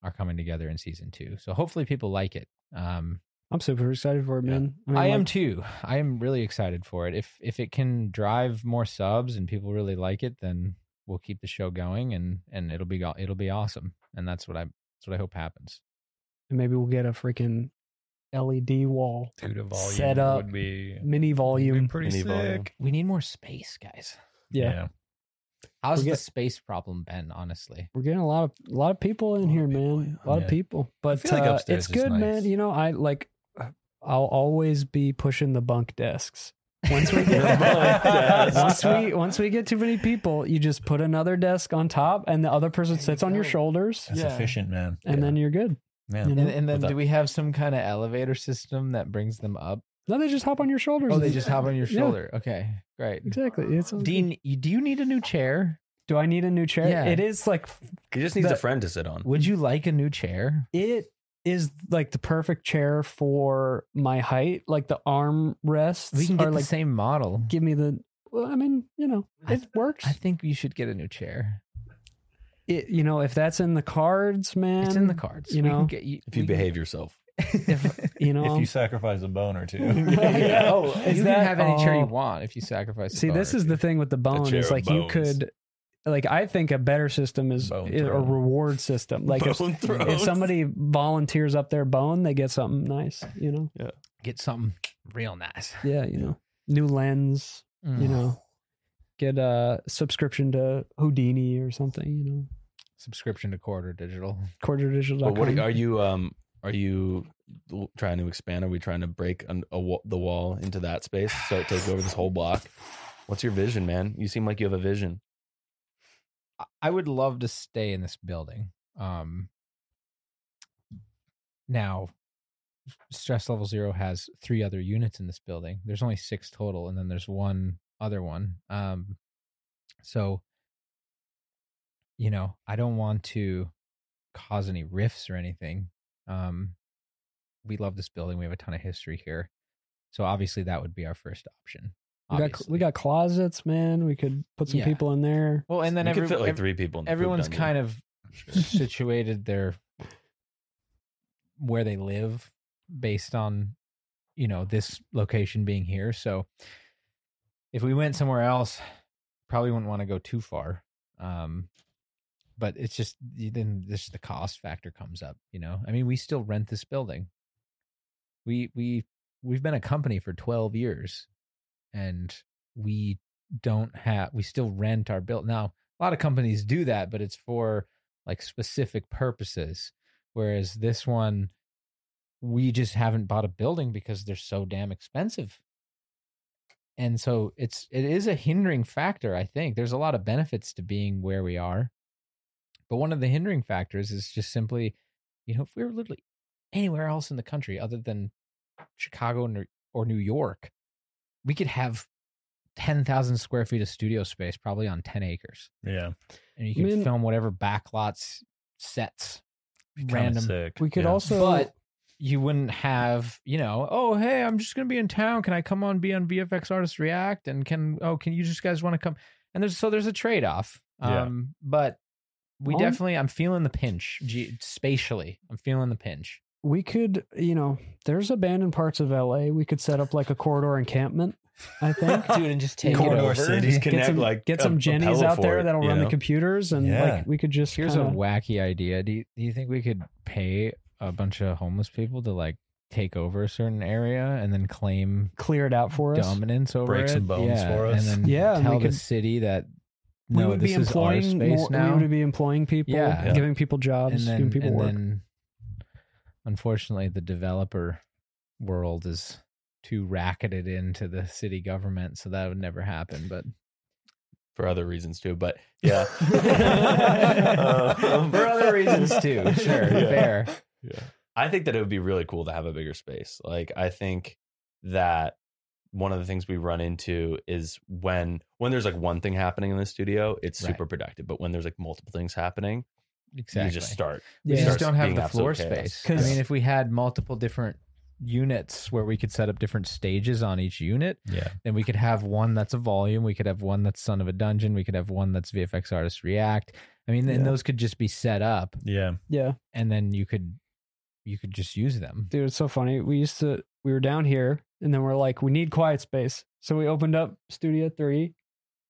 Speaker 4: are coming together in season two so hopefully people like it um
Speaker 1: I'm super excited for it,
Speaker 3: Yeah.
Speaker 1: man. I, mean,
Speaker 4: i am
Speaker 1: like,
Speaker 4: too i am really excited for it if if it can drive more subs and people really like it then we'll keep the show going and and it'll be go- it'll be awesome and that's what i that's what i hope happens
Speaker 1: and maybe we'll get a freaking LED wall,
Speaker 3: Two to volume
Speaker 1: Set up.
Speaker 3: would be,
Speaker 1: mini
Speaker 3: would be
Speaker 1: volume.
Speaker 3: pretty
Speaker 2: Mini
Speaker 3: sick.
Speaker 2: volume.
Speaker 4: we need more space guys
Speaker 1: yeah.
Speaker 4: how's
Speaker 1: We
Speaker 4: the
Speaker 1: get-
Speaker 4: space problem been honestly
Speaker 1: We're getting a lot of a lot of people in
Speaker 3: A lot
Speaker 1: here,
Speaker 3: of people,
Speaker 1: man.
Speaker 3: yeah.
Speaker 1: A lot
Speaker 3: Yeah.
Speaker 1: of people, but
Speaker 3: feel like
Speaker 1: uh,
Speaker 3: upstairs
Speaker 1: it's
Speaker 3: is
Speaker 1: good,
Speaker 3: nice.
Speaker 1: man. You know, I like. I'll always be pushing the bunk desks. Once we get once we once we get too many people, you just put another desk on top, and the other person sits on your shoulders,
Speaker 3: That's efficient, man.
Speaker 1: and then you're good.
Speaker 3: man.
Speaker 1: you know?
Speaker 4: and, and then
Speaker 3: Without-
Speaker 4: do we have some kind of elevator system that brings them up
Speaker 1: No, they just hop on your shoulders.
Speaker 4: oh they
Speaker 1: and-
Speaker 4: just hop on your
Speaker 1: Yeah.
Speaker 4: shoulder okay great
Speaker 1: Exactly. It's
Speaker 4: Dean, you, do you need a new chair?
Speaker 1: Do I need a new chair?
Speaker 4: Yeah.
Speaker 1: It is like
Speaker 2: He just needs
Speaker 1: The-
Speaker 2: a friend to sit on.
Speaker 4: Would you like a new chair?
Speaker 1: it is like the perfect chair for my height. Like the arm rests
Speaker 4: We can
Speaker 1: are
Speaker 4: get
Speaker 1: like
Speaker 4: the same model.
Speaker 1: give me the. Well, I mean, you know,
Speaker 4: I-
Speaker 1: it works.
Speaker 4: I think you should get a new chair.
Speaker 1: it, you know, if that's in the cards, man,
Speaker 4: it's in the cards.
Speaker 1: you
Speaker 4: We can
Speaker 1: know,
Speaker 4: get Um, you,
Speaker 2: If you
Speaker 4: we can-
Speaker 2: behave yourself,
Speaker 1: If, you know,
Speaker 3: if you sacrifice a bone or two.
Speaker 1: um, Yeah.
Speaker 4: oh,
Speaker 1: Is
Speaker 4: you
Speaker 1: that-
Speaker 4: can have any chair you
Speaker 1: oh.
Speaker 4: want if you sacrifice. a
Speaker 1: see,
Speaker 4: bone
Speaker 1: this
Speaker 4: or
Speaker 1: is
Speaker 4: two.
Speaker 1: the thing with the bone.
Speaker 2: chair
Speaker 1: It's
Speaker 2: of
Speaker 1: like you
Speaker 2: bones.
Speaker 1: could, like, I think a better system is,
Speaker 3: Bone
Speaker 1: is a
Speaker 3: throw.
Speaker 1: reward system. Like, if,
Speaker 2: Bone throws.
Speaker 1: if somebody volunteers up their bone, they get something nice, you know?
Speaker 4: get something real nice.
Speaker 1: Yeah, you know, new lens, you
Speaker 4: Mm.
Speaker 1: know, get a subscription to Houdini or something, you know,
Speaker 4: subscription to Quarter Digital.
Speaker 1: quarterdigital.com.
Speaker 2: But what are, are you? Um, are you l- trying to expand? Are we trying to break an, a, wa- the wall into that space so it takes over this whole block? What's your vision, man? You seem like you have a vision.
Speaker 4: I- I would love to stay in this building. Um, now, stress level zero has three other units in this building. There's only six total, and then there's one other one. Um, so, you know, I don't want to cause any rifts or anything. Um, we love this building. We have a ton of history here, so obviously that would be our first option.
Speaker 1: we got,
Speaker 4: obviously.
Speaker 1: we got closets, man. We could put some
Speaker 4: Yeah.
Speaker 1: people in there.
Speaker 4: well, and then
Speaker 2: we
Speaker 4: every,
Speaker 2: could fit like
Speaker 4: every-
Speaker 2: three people. In the poop
Speaker 4: everyone's
Speaker 2: dungeon.
Speaker 4: kind of situated their where they live based on you know this location being here so if we went somewhere else probably wouldn't want to go too far um but it's just then this the cost factor comes up you know i mean we still rent this building we we we've been a company for 12 years and we don't have we still rent our build now a lot of companies do that but it's for like specific purposes whereas this one we just haven't bought a building because they're so damn expensive and so it's it is a hindering factor i think there's a lot of benefits to being where we are but one of the hindering factors is just simply you know if we were literally anywhere else in the country other than chicago and- or new york we could have 10,000 square feet of studio space probably on 10 acres
Speaker 3: yeah.
Speaker 4: and you can
Speaker 1: I mean-
Speaker 4: film whatever backlots sets
Speaker 3: Kinda
Speaker 4: random
Speaker 3: sick.
Speaker 1: We could
Speaker 3: Yeah.
Speaker 1: also,
Speaker 4: but you wouldn't have you know oh hey i'm just gonna be in town can i come on be on vfx artist react and can oh can you just guys want to come and there's so there's a trade-off
Speaker 3: Yeah.
Speaker 4: um but we
Speaker 1: Um,
Speaker 4: definitely i'm feeling the pinch ge- spatially i'm feeling the pinch
Speaker 1: we could, you know, there's abandoned parts of LA. We could set up like a corridor encampment. I think.
Speaker 7: dude, and just take
Speaker 3: Corridor
Speaker 7: it over.
Speaker 3: City.
Speaker 2: Just
Speaker 3: Get
Speaker 2: connect
Speaker 1: some,
Speaker 2: like
Speaker 1: get
Speaker 2: a-
Speaker 1: some
Speaker 2: a
Speaker 1: jennies out there
Speaker 2: Pelafort,
Speaker 1: that'll
Speaker 2: you
Speaker 1: run the
Speaker 2: know?
Speaker 1: computers, and
Speaker 3: Yeah.
Speaker 1: like we could just
Speaker 4: Here's
Speaker 1: kinda,
Speaker 4: a wacky idea. Do you, do you think we could pay a bunch of homeless people to like take over a certain area and then claim
Speaker 1: clear it out for us.
Speaker 4: dominance over
Speaker 3: Break
Speaker 4: it?
Speaker 3: some bones
Speaker 4: yeah.
Speaker 3: for us.
Speaker 4: And then
Speaker 1: Yeah, and
Speaker 4: tell
Speaker 1: we
Speaker 4: the
Speaker 1: could-
Speaker 4: city that
Speaker 1: we
Speaker 4: no,
Speaker 1: would
Speaker 4: this
Speaker 1: be
Speaker 4: is our
Speaker 1: employing
Speaker 4: space
Speaker 1: more,
Speaker 4: now.
Speaker 1: We would be employing people,
Speaker 4: Yeah.
Speaker 1: giving people jobs,
Speaker 4: and then,
Speaker 1: giving people
Speaker 4: and
Speaker 1: work.
Speaker 4: then unfortunately the developer world is too racketed into the city government so that would never happen but
Speaker 2: for other reasons too. But yeah, Um,
Speaker 4: for other reasons too sure
Speaker 2: Yeah.
Speaker 4: fair
Speaker 2: Yeah. I think that it would be really cool to have a bigger space. Like I think that one of the things we run into is when when there's like one thing happening in the studio, it's
Speaker 4: Right.
Speaker 2: super productive. But when there's like multiple things happening,
Speaker 4: exactly
Speaker 2: you just start.
Speaker 4: we
Speaker 1: Yeah.
Speaker 4: just
Speaker 2: starts
Speaker 4: don't have
Speaker 2: being
Speaker 4: the floor
Speaker 2: absolute chaos.
Speaker 4: space i
Speaker 1: 'Cause-
Speaker 4: mean if we had multiple different units where we could set up different stages on each unit
Speaker 3: Yeah.
Speaker 4: then we could have one that's a volume we could have one that's son of a dungeon we could have one that's vfx artist react i mean and
Speaker 1: Yeah.
Speaker 4: those could just be set up
Speaker 3: Yeah.
Speaker 1: yeah,
Speaker 4: and then you could you could just use them.
Speaker 1: dude, it's so funny. We used to we were down here, and then we're like, we need quiet space, so we opened up Studio Three,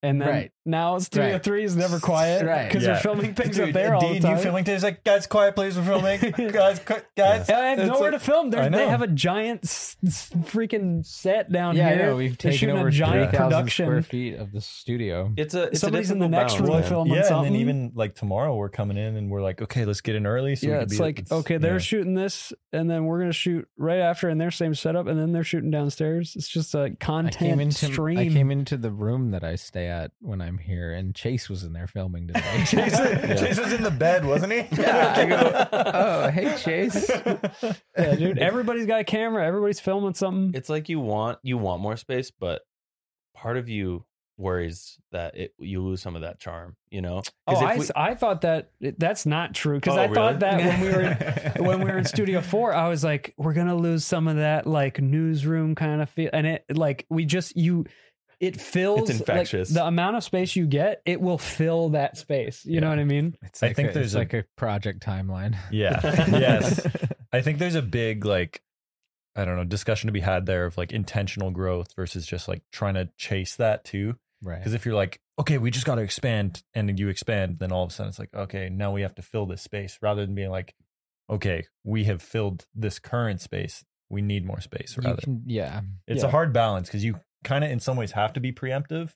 Speaker 1: and then
Speaker 4: Right.
Speaker 1: now Studio
Speaker 4: Right.
Speaker 1: Three is never quiet,
Speaker 4: Right.
Speaker 1: Because
Speaker 3: Yeah.
Speaker 1: we're filming things
Speaker 3: Dude,
Speaker 1: up there all the
Speaker 3: Indeed,
Speaker 1: time.
Speaker 3: You filming things like guys, quiet please. We're filming guys, cu- guys.
Speaker 1: and I have
Speaker 3: It's
Speaker 1: nowhere
Speaker 3: like-
Speaker 1: to film. There's-
Speaker 3: I know.
Speaker 1: They have a giant s- s- freaking set down
Speaker 4: yeah,
Speaker 1: here.
Speaker 4: I know. We've
Speaker 1: They're
Speaker 4: taken
Speaker 1: shooting
Speaker 4: over
Speaker 1: a giant
Speaker 4: 3,000
Speaker 1: production.
Speaker 4: square feet of the studio.
Speaker 2: It's a it's
Speaker 1: Somebody's
Speaker 2: a
Speaker 1: in the
Speaker 2: difficult
Speaker 1: next
Speaker 2: balance,
Speaker 1: room
Speaker 2: man.
Speaker 1: filming
Speaker 3: yeah,
Speaker 1: something.
Speaker 3: and then even like tomorrow we're coming in and we're like, okay, let's get in early. So we
Speaker 1: yeah,
Speaker 3: could
Speaker 1: it's
Speaker 3: be,
Speaker 1: like okay, they're
Speaker 3: yeah.
Speaker 1: shooting this, and then we're gonna shoot right after in their same setup, and then they're shooting downstairs. It's just a
Speaker 4: I
Speaker 1: content
Speaker 4: came into
Speaker 1: stream.
Speaker 4: I came into the room that I stay at when I'm here, and Chase was in there filming today.
Speaker 3: Jason, Jason's in the bed, wasn't he?
Speaker 4: oh, hey Chase.
Speaker 1: yeah, dude, everybody's got a camera. Everybody's filming something.
Speaker 2: It's like you want you want more space, but part of you worries that it you lose some of that charm. You know? 'Cause
Speaker 1: Oh,
Speaker 2: if
Speaker 1: I,
Speaker 2: we-
Speaker 1: s- I thought that that's not true because
Speaker 2: Oh,
Speaker 1: I
Speaker 2: really?
Speaker 1: thought that when we were in, when we were in Studio Four, I was like, we're gonna lose some of that like newsroom kind of feel, and it like we just you. It fills like,
Speaker 2: infectious.
Speaker 1: the amount of space you get, it will fill that space. You know what I mean?
Speaker 4: It's
Speaker 3: I
Speaker 4: like
Speaker 3: think
Speaker 4: a,
Speaker 3: there's
Speaker 4: it's
Speaker 3: a-
Speaker 4: like a project timeline.
Speaker 3: Yeah. yes. I think there's a big like I don't know, discussion to be had there of like intentional growth versus just like trying to chase that too.
Speaker 4: Right.
Speaker 3: Because if you're like, okay, we just got to expand and you expand, then all of a sudden it's like, okay, now we have to fill this space rather than being like, okay, we have filled this current space. We need more space
Speaker 4: You
Speaker 3: rather.
Speaker 4: can, yeah.
Speaker 3: it's a
Speaker 1: yeah.
Speaker 3: hard balance because you kind of in some ways have to be preemptive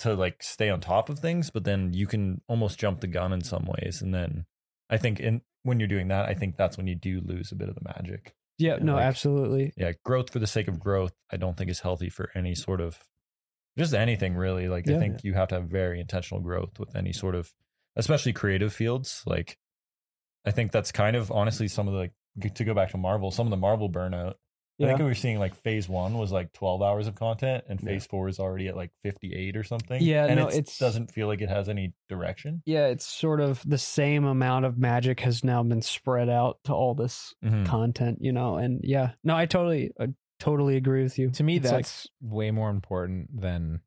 Speaker 3: to like stay on top of things, but then you can almost jump the gun in some ways. And then I think in when you're doing that, I think that's when you do lose a bit of the magic.
Speaker 1: Yeah, no,
Speaker 3: like-
Speaker 1: absolutely.
Speaker 3: Yeah, growth for the sake of growth, I don't think is healthy for any sort of just anything really. Like I
Speaker 1: Yeah.
Speaker 3: think you have to have very intentional growth with any sort of especially creative fields. Like I think that's kind of honestly some of the like to go back to Marvel, some of the Marvel burnout. I
Speaker 1: Yeah.
Speaker 3: think we were seeing like phase one was like 12 hours of content and phase four is already at like 58 or something.
Speaker 1: Yeah,
Speaker 3: and
Speaker 1: no,
Speaker 3: it
Speaker 1: it's-
Speaker 3: doesn't feel like it has any direction.
Speaker 1: yeah, it's sort of the same amount of magic has now been spread out to all this
Speaker 4: Hmm.
Speaker 2: Mm-hmm.
Speaker 1: content, you know. And yeah, no, I totally, I totally agree with you.
Speaker 4: To me,
Speaker 1: It's like-
Speaker 4: that's way more important than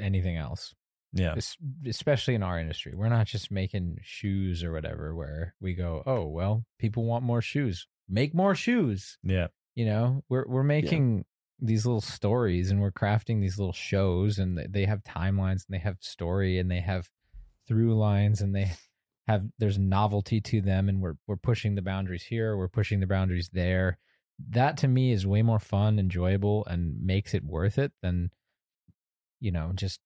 Speaker 4: anything else.
Speaker 3: Yeah.
Speaker 4: es- especially in our industry. We're not just making shoes or whatever where we go, "Oh, well, people want more shoes. Make more shoes."
Speaker 3: Yeah.
Speaker 4: You know, we're we're making these little stories and we're crafting these little shows and they- they have timelines and they have story and they have through lines and they have there's novelty to them and we're we're pushing the boundaries here, we're pushing the boundaries there. That to me is way more fun, enjoyable and makes it worth it than you know, just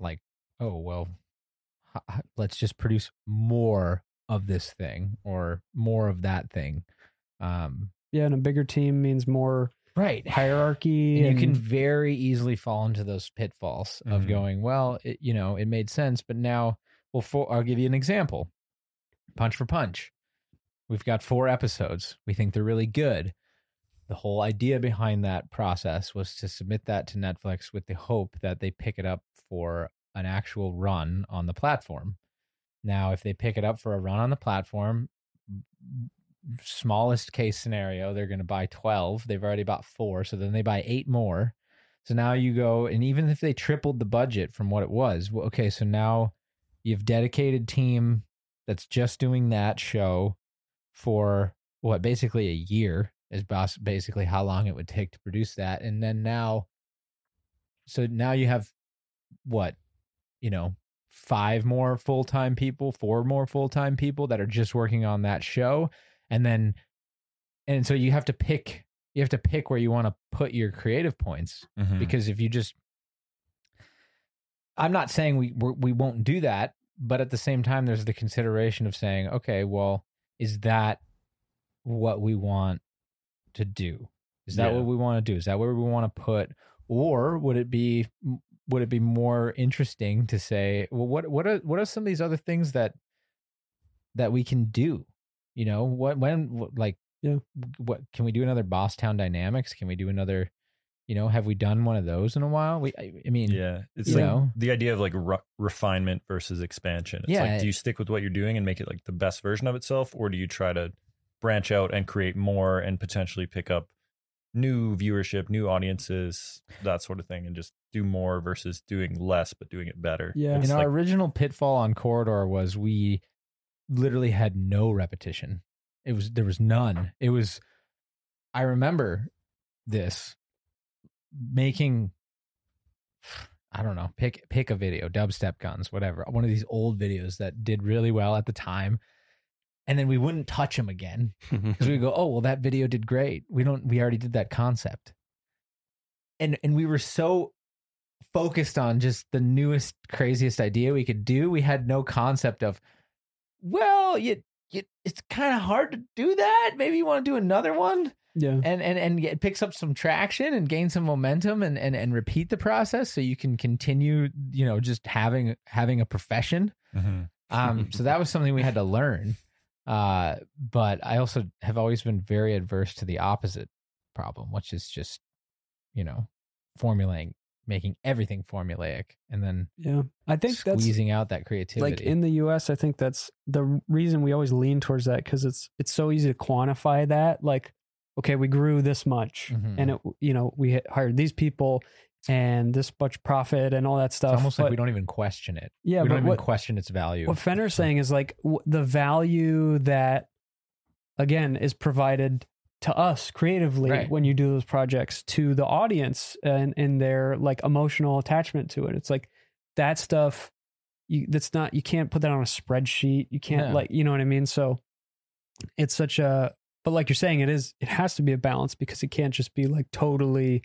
Speaker 4: like, oh, well, h- h- let's just produce more of this thing or more of that thing. Um,
Speaker 1: Yeah, and a bigger team means more
Speaker 4: right.
Speaker 1: hierarchy.
Speaker 4: And you
Speaker 1: and-
Speaker 4: can very easily fall into those pitfalls of
Speaker 3: Mhm.
Speaker 4: going, well, it, you know, it made sense, but now, well, for, I'll give you an example. Punch for Punch. We've got four episodes. We think they're really good. The whole idea behind that process was to submit that to Netflix with the hope that they pick it up for an actual run on the platform. Now, if they pick it up for a run on the platform, smallest case scenario, they're going to buy 12. They've already bought four. So then they buy eight more. So now you go, and even if they tripled the budget from what it was, well, okay, so now you've dedicated team that's just doing that show. for what basically a year is bas- basically how long it would take to produce that and then now so now you have what you know five more full-time people four more full-time people that are just working on that show and then and so you have to pick you have to pick where you want to put your creative points
Speaker 3: Mhm.
Speaker 4: because if you just i'm not saying we we're, we won't do that but at the same time there's the consideration of saying okay well is that what we want to do is that
Speaker 3: Yeah.
Speaker 4: what we want to do is that where we want to put or would it be would it be more interesting to say well what what are what are some of these other things that that we can do you know what when what, like
Speaker 1: Yeah.
Speaker 4: what can we do another boss town dynamics can we do another you know have we done one of those in a while we i, I mean
Speaker 3: yeah, it's
Speaker 4: you
Speaker 3: like
Speaker 4: know.
Speaker 3: the idea of like re- refinement versus expansion. It's
Speaker 4: Yeah.
Speaker 3: like, do you stick with what you're doing and make it like the best version of itself, or do you try to branch out and create more and potentially pick up new viewership, new audiences, that sort of thing, and just do more versus doing less but doing it better?
Speaker 1: Yeah.
Speaker 3: It's
Speaker 4: and
Speaker 3: like-
Speaker 4: our original pitfall on corridor was we literally had no repetition it was there was none it was i remember this making i don't know pick pick a video dubstep guns whatever one of these old videos that did really well at the time and then we wouldn't touch them again because we go, oh well, that video did great. We don't, we already did that concept, and and we were so focused on just the newest, craziest idea we could do. We had no concept of, well, you, you it's kind of hard to do that. Maybe you want to do another one
Speaker 1: Yeah.
Speaker 4: and and and get, picks up some traction and gain some momentum and and and repeat the process so you can continue, you know, just having having a profession.
Speaker 3: Mhm.
Speaker 4: Um, so that was something we had to learn. Uh, but I also have always been very adverse to the opposite problem, which is just, you know, formulating, making everything formulaic and then
Speaker 1: Yeah. I think that's
Speaker 4: squeezing out that creativity.
Speaker 1: like in the US, I think that's the reason we always lean towards that because it's it's so easy to quantify that. Like, okay, we grew this much,
Speaker 4: Mhm.
Speaker 1: and it you know we hit- hired these people, and this much profit and all that
Speaker 4: it's
Speaker 1: stuff.
Speaker 4: almost like
Speaker 1: But-
Speaker 4: we don't even question it.
Speaker 1: yeah,
Speaker 4: we
Speaker 1: but
Speaker 4: don't even
Speaker 1: what,
Speaker 4: question its value.
Speaker 1: what Fenner's saying is like w- the value that again is provided to us creatively
Speaker 4: Right.
Speaker 1: when you do those projects to the audience and and their like emotional attachment to it. It's like that stuff. You, that's not you can't put that on a spreadsheet. You can't
Speaker 4: Yeah.
Speaker 1: like you know what I mean. So it's such a but like you're saying it is it has to be a balance because it can't just be like totally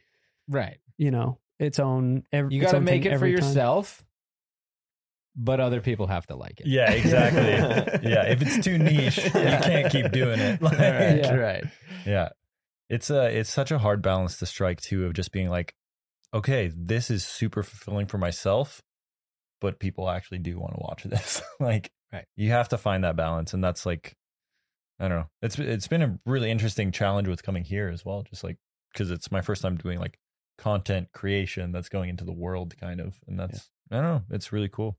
Speaker 4: right.
Speaker 1: you know its own. Every,
Speaker 4: You got to make it for yourself, but other people have to like it.
Speaker 3: Yeah, exactly. yeah, if it's too niche, you can't keep doing it. Like-
Speaker 4: Right,
Speaker 1: Yeah.
Speaker 4: right.
Speaker 3: Yeah. It's a it's such a hard balance to strike too of just being like, okay, this is super fulfilling for myself, but people actually do want to watch this. like
Speaker 4: Right.
Speaker 3: you have to find that balance. And that's like I don't know. It's it's been a really interesting challenge with coming here as well. Just like because it's my first time doing like content creation that's going into the world kind of. And that's I don't know. It's really cool.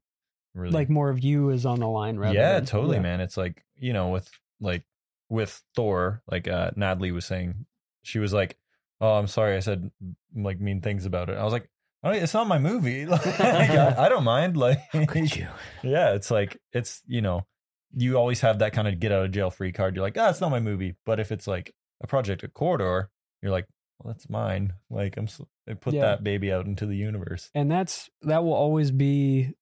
Speaker 3: Really
Speaker 1: Like more of you is on the line rather.
Speaker 3: yeah
Speaker 1: than-
Speaker 3: totally
Speaker 1: yeah.
Speaker 3: man it's like you know with like with thor like uh natalie was saying she was like oh i'm sorry i said like mean things about it i was like "All right, it's not my movie like, I, I don't mind like yeah it's like it's you know you always have that kind of get out of jail free card you're like ah it's not my movie but if it's like a project a corridor you're like well that's mine like i'm so, I put
Speaker 1: Yeah.
Speaker 3: that baby out into the universe
Speaker 1: and that's that will always be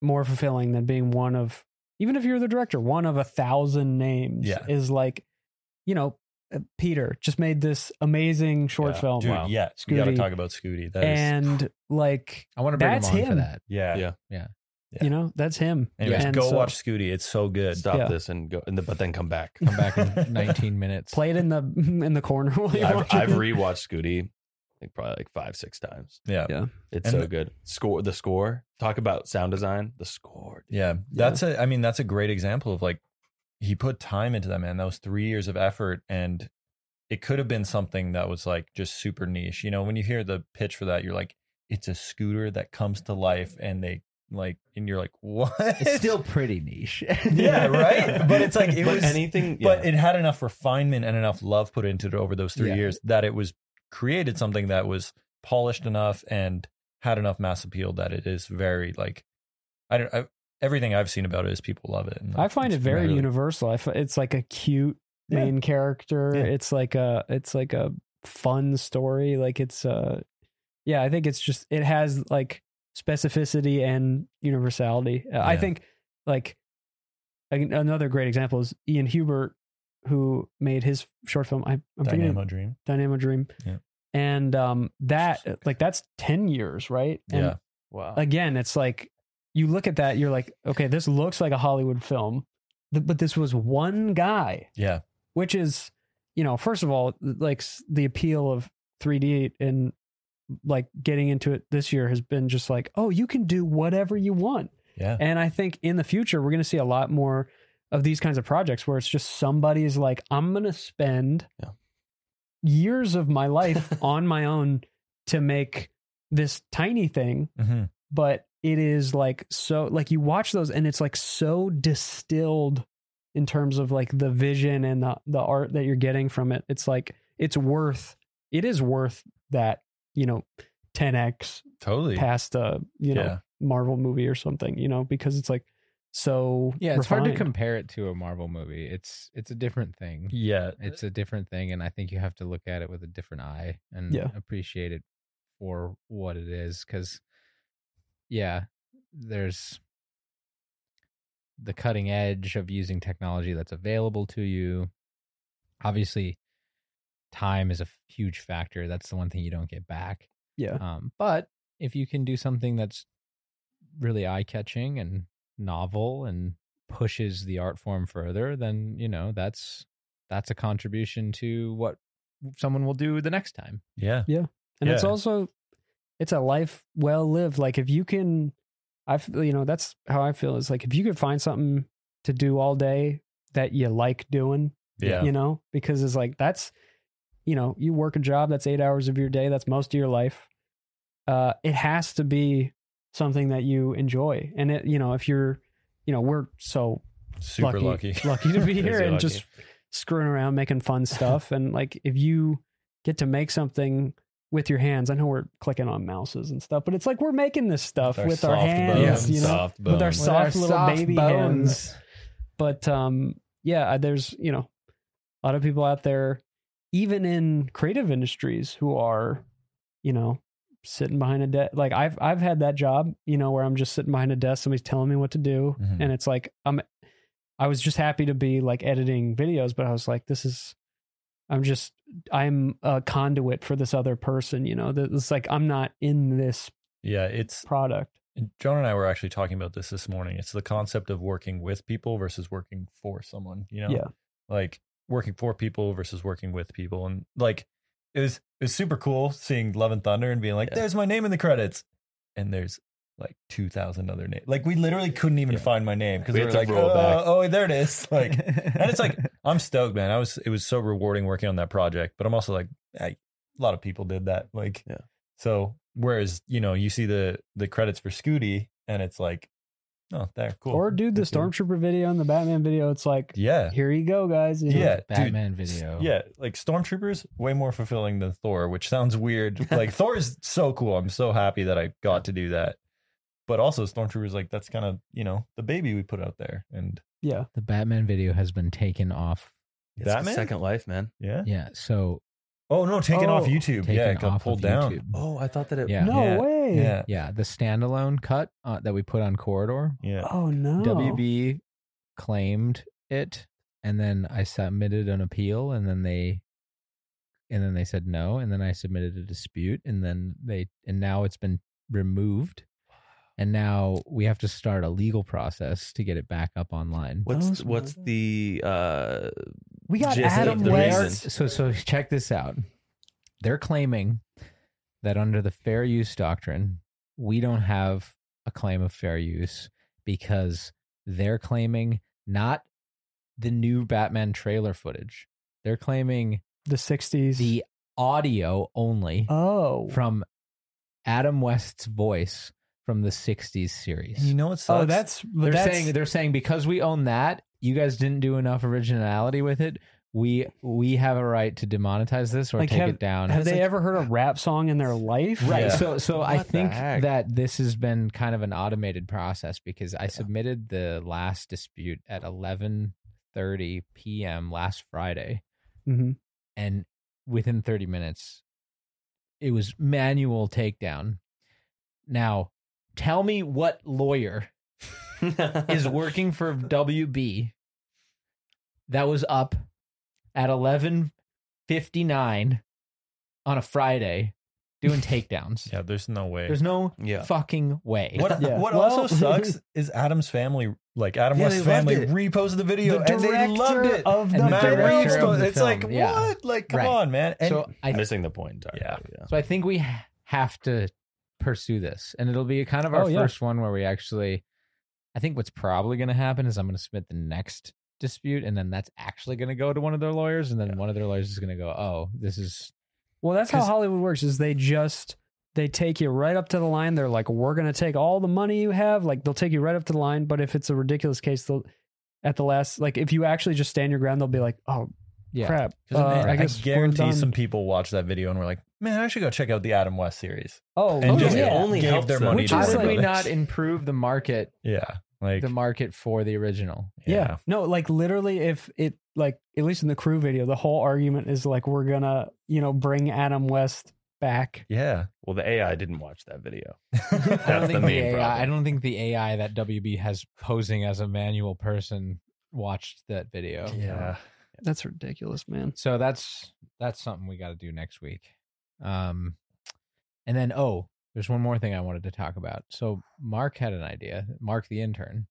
Speaker 1: more fulfilling than being one of even if you're the director one of a thousand names
Speaker 3: Yeah.
Speaker 1: is like you know uh, peter just made this amazing short
Speaker 2: Yeah.
Speaker 1: film
Speaker 3: dude
Speaker 2: wow.
Speaker 3: yeah we gotta
Speaker 1: Oh, Scooty.
Speaker 3: talk about scooty That is
Speaker 1: and like
Speaker 4: I want to bring
Speaker 1: That's
Speaker 4: them on for
Speaker 1: him.
Speaker 4: that.
Speaker 3: yeah
Speaker 2: Yeah.
Speaker 3: Yeah.
Speaker 1: you know that's him
Speaker 3: Anyways,
Speaker 1: And
Speaker 3: go
Speaker 1: so
Speaker 3: watch Scooty. It's so good.
Speaker 2: Stop
Speaker 1: Yeah.
Speaker 2: this and go, and the, but then come back.
Speaker 4: Come back in 19 minutes.
Speaker 1: play it in the in the corner while you
Speaker 2: I've,
Speaker 1: watch it.
Speaker 2: I've rewatched Scooty like probably like five six times.
Speaker 3: Yeah.
Speaker 1: Yeah.
Speaker 3: yeah.
Speaker 2: It's
Speaker 3: And
Speaker 2: so
Speaker 3: the-
Speaker 2: good. Score the score. Talk about sound design. The score.
Speaker 3: That's a I mean, that's a great example of like he put time into that, man. That was three years of effort and it could have been something that was like just super niche. You know, when you hear the pitch for that, you're like, it's a scooter that comes to life and they like and you're like, what?
Speaker 4: It's still pretty niche.
Speaker 3: Yeah, right. But it's like it
Speaker 2: But
Speaker 3: was
Speaker 2: anything.
Speaker 3: but
Speaker 2: yeah.
Speaker 3: it had enough refinement and enough love put into it over those three
Speaker 4: Yeah.
Speaker 3: years that it was created something that was polished enough and had enough mass appeal that it is very like I don't I, everything I've seen about it is people love it. and
Speaker 1: I find it
Speaker 3: it's
Speaker 1: very
Speaker 3: really-
Speaker 1: universal. I f- it's like a cute
Speaker 3: Yeah.
Speaker 1: main character.
Speaker 3: Yeah.
Speaker 1: It's like a it's like a fun story. Like it's uh yeah, I think it's just it has like specificity and universality. Uh, I
Speaker 3: Yeah.
Speaker 1: think like an- another great example is Ian Hubert who made his short film I, I'm forgetting-
Speaker 3: Dynamo Dream.
Speaker 1: Dynamo Dream.
Speaker 3: Yeah.
Speaker 1: And um that
Speaker 3: Sick.
Speaker 1: like that's 10 years, right? And
Speaker 3: Yeah.
Speaker 2: Wow.
Speaker 1: again, it's like you look at that, you're like, okay, this looks like a Hollywood film, th- but this was one guy,
Speaker 3: Yeah.
Speaker 1: which is, you know, first of all, like s- the appeal of 3D and like getting into it this year has been just like, oh, you can do whatever you want.
Speaker 3: Yeah.
Speaker 1: And I think in the future, we're going to see a lot more of these kinds of projects where it's just somebody's like, I'm going to spend
Speaker 2: Yeah.
Speaker 1: years of my life on my own to make this tiny thing
Speaker 3: hmm
Speaker 1: but it is like so like you watch those and it's like so distilled in terms of like the vision and the the art that you're getting from it it's like it's worth it is worth that you know 10x
Speaker 3: Totally.
Speaker 1: past a you know
Speaker 3: Yeah.
Speaker 1: marvel movie or something you know because it's like so
Speaker 4: Yeah, it's hard to
Speaker 1: refined.
Speaker 4: compare it to a Marvel movie. It's it's a different thing.
Speaker 3: Yeah.
Speaker 4: It's a different thing, and I think you have to look at it with a different eye and
Speaker 1: Yeah.
Speaker 4: appreciate it for what it is. Because, yeah, there's the cutting edge of using technology that's available to you. Obviously, time is a f- huge factor. That's the one thing you don't get back.
Speaker 1: yeah
Speaker 3: Uh-huh.
Speaker 4: Um, but if you can do something that's really eye catching and novel and pushes the art form further, then you know that's that's a contribution to what someone will do the next time.
Speaker 3: yeah.
Speaker 1: and it's
Speaker 3: Yeah.
Speaker 1: also it's a life well lived like if you can i f- you know that's how i feel is like if you could find something to do all day that you like doing
Speaker 3: Yeah.
Speaker 1: you know because it's like that's you know you work a job that's eight hours of your day that's most of your life uh it has to be something that you enjoy and it you know if you're you know we're so
Speaker 3: Super lucky.
Speaker 1: lucky to be
Speaker 3: Crazy
Speaker 1: here and
Speaker 3: lucky.
Speaker 1: just screwing around making fun stuff and like if you get to make something with your hands i know we're clicking on mouses and stuff but it's like we're making this stuff with our,
Speaker 3: soft
Speaker 1: hands
Speaker 3: bones.
Speaker 1: you know
Speaker 2: Soft
Speaker 1: with our
Speaker 2: bones.
Speaker 1: soft little baby hands but um yeah there's you know a lot of people out there even in creative industries who are you know sitting behind a desk like i've i've had that job you know where i'm just sitting behind a desk somebody's telling me what to do
Speaker 3: Mhm.
Speaker 1: and it's like i'm i was just happy to be like editing videos but i was like this is i'm just i'm a conduit for this other person you know that it's like i'm not in this
Speaker 3: Yeah. It's
Speaker 1: product
Speaker 3: John and I were actually talking about this this morning. It's the concept of working with people versus working for someone. You know,
Speaker 1: Yeah.
Speaker 3: like working for people versus working with people, and like it was it was super cool seeing Love and Thunder and being like,
Speaker 2: Yeah.
Speaker 3: "There's my name in the credits," and there's like two thousand other names. Like we literally couldn't even
Speaker 2: Yeah.
Speaker 3: find my name because
Speaker 2: We
Speaker 3: we were
Speaker 2: had to
Speaker 3: like,
Speaker 2: roll
Speaker 3: oh,
Speaker 2: back."
Speaker 3: "Oh, there it is!" Like, and it's like I'm stoked, man. I was it was so rewarding working on that project, but I'm also like, I, a lot of people did that. Like,
Speaker 2: Yeah.
Speaker 3: So whereas you know you see the the credits for Scooty, and it's like, oh, there, cool.
Speaker 1: or dude the
Speaker 3: Good dude.
Speaker 1: stormtrooper video and the batman video it's like
Speaker 3: yeah,
Speaker 1: here you go guys you know?
Speaker 3: yeah, dude.
Speaker 4: Batman
Speaker 3: S-
Speaker 4: video.
Speaker 3: Yeah, like Stormtroopers way more fulfilling than Thor, which sounds weird. Like Thor is so cool. I'm so happy that I got to do that. But also Stormtroopers like that's kind of, you know, the baby we put out there and
Speaker 1: yeah
Speaker 4: The Batman video has been taken off.
Speaker 2: It's the
Speaker 3: Batman?
Speaker 2: Second Life, man.
Speaker 3: Yeah.
Speaker 4: Yeah, so
Speaker 3: Oh no, taken off
Speaker 1: Oh.
Speaker 3: YouTube.
Speaker 4: taken
Speaker 3: yeah, it got
Speaker 4: off
Speaker 3: pulled
Speaker 4: of
Speaker 3: down.
Speaker 4: YouTube.
Speaker 2: Oh, I thought that it.
Speaker 4: Yeah.
Speaker 1: No
Speaker 3: Yeah.
Speaker 1: way.
Speaker 3: Yeah.
Speaker 4: Yeah, the standalone cut uh, that we put on Corridor
Speaker 3: Yeah.
Speaker 1: Oh no.
Speaker 4: WB claimed it, and then I submitted an appeal, and then they, and then they said no, and then I submitted a dispute, and then they, and now it's been removed, and now we have to start a legal process to get it back up online.
Speaker 2: What's
Speaker 1: Those
Speaker 2: what's
Speaker 1: mother-
Speaker 2: the uh
Speaker 1: We got
Speaker 2: Gist of
Speaker 1: Adam
Speaker 2: the
Speaker 1: West.
Speaker 2: reason.
Speaker 4: So so check this out. They're claiming that under the fair use doctrine, we don't have a claim of fair use because they're claiming not the new Batman trailer footage. They're claiming
Speaker 1: The sixties.
Speaker 4: the audio only
Speaker 1: oh.
Speaker 4: from Adam West's voice from the 60s series.
Speaker 3: And you know what sucks?
Speaker 1: oh, that's
Speaker 4: They're
Speaker 1: that's
Speaker 4: saying they're saying because we own that, you guys didn't do enough originality with it. we we have a right to demonetize this or
Speaker 1: Like,
Speaker 4: take
Speaker 1: have-
Speaker 4: it down.
Speaker 1: Have they ever heard a rap song in their life?
Speaker 4: Right.
Speaker 3: Yeah.
Speaker 4: So so I
Speaker 2: What the
Speaker 4: think
Speaker 2: heck?
Speaker 4: that this has been kind of an automated process because I submitted the last dispute at 11:30 p.m. last Friday
Speaker 1: Mhm.
Speaker 4: and within 30 minutes it was manual takedown. Now, tell me what lawyer is working for WB that was up at 11:59 on a Friday doing takedowns.
Speaker 3: Yeah, there's no way.
Speaker 4: There's no
Speaker 2: Yeah.
Speaker 4: fucking way.
Speaker 3: What
Speaker 1: Yeah.
Speaker 3: what
Speaker 1: Well-
Speaker 3: also sucks is Adam's family, like Adam
Speaker 1: Yeah,
Speaker 3: West's
Speaker 1: they loved
Speaker 3: family, reposted the video
Speaker 1: The
Speaker 3: and they loved
Speaker 1: director
Speaker 3: it.
Speaker 1: of
Speaker 4: And
Speaker 1: the
Speaker 4: the
Speaker 3: Matt
Speaker 1: film.
Speaker 3: Reeves,
Speaker 4: director of
Speaker 3: posted-
Speaker 4: the
Speaker 3: it's like
Speaker 4: film, yeah.
Speaker 3: what? Like, come
Speaker 4: Right.
Speaker 3: on, man. And
Speaker 4: so I
Speaker 2: missing the point entirely.
Speaker 3: Yeah.
Speaker 2: yeah.
Speaker 4: so I think we ha- have to pursue this, and it'll be kind of our
Speaker 1: Oh, yeah.
Speaker 4: first one where we actually. I think what's probably going to happen is I'm going to submit the next dispute, and then that's actually going to go to one of their lawyers, and then one of their lawyers is going to go, "Oh, this is
Speaker 1: Well, that's how
Speaker 4: 'Cause-
Speaker 1: Hollywood works. Is they just they take you right up to the line. They're like, we're gonna take all the money you have. Like they'll take you right up to the line. But if it's a ridiculous case, they'll at the last like if you actually just stand your ground, they'll be like, oh
Speaker 4: yeah."
Speaker 1: crap.
Speaker 3: 'Cause
Speaker 1: uh,
Speaker 3: I,
Speaker 1: I guess we're
Speaker 3: guarantee
Speaker 1: done.
Speaker 3: some people watch that video and were like, "Man, I should go check out the Adam West series."
Speaker 1: Oh,
Speaker 3: And
Speaker 1: oh,
Speaker 3: just
Speaker 1: yeah.
Speaker 2: only
Speaker 3: gave
Speaker 2: helps
Speaker 3: their
Speaker 2: them.
Speaker 3: money
Speaker 1: Which
Speaker 3: to
Speaker 1: is
Speaker 3: Warner
Speaker 4: How did
Speaker 1: like-
Speaker 4: we
Speaker 3: Brothers.
Speaker 4: not improve the market,
Speaker 3: Yeah, like
Speaker 4: the market for the original?
Speaker 1: yeah. No, like literally, if it like at least in the crew video, the whole argument is like we're gonna you know bring Adam West back.
Speaker 3: yeah.
Speaker 2: Well, the AI didn't watch that video.
Speaker 4: I don't
Speaker 2: That's the
Speaker 4: think
Speaker 2: main problem.
Speaker 4: AI, I don't think the AI that WB has posing as a manual person watched that video.
Speaker 3: Yeah.
Speaker 1: That's ridiculous, man.
Speaker 4: So that's that's something we got to do next week. Um, and then oh, there's one more thing I wanted to talk about. So Mark had an idea. Mark the intern.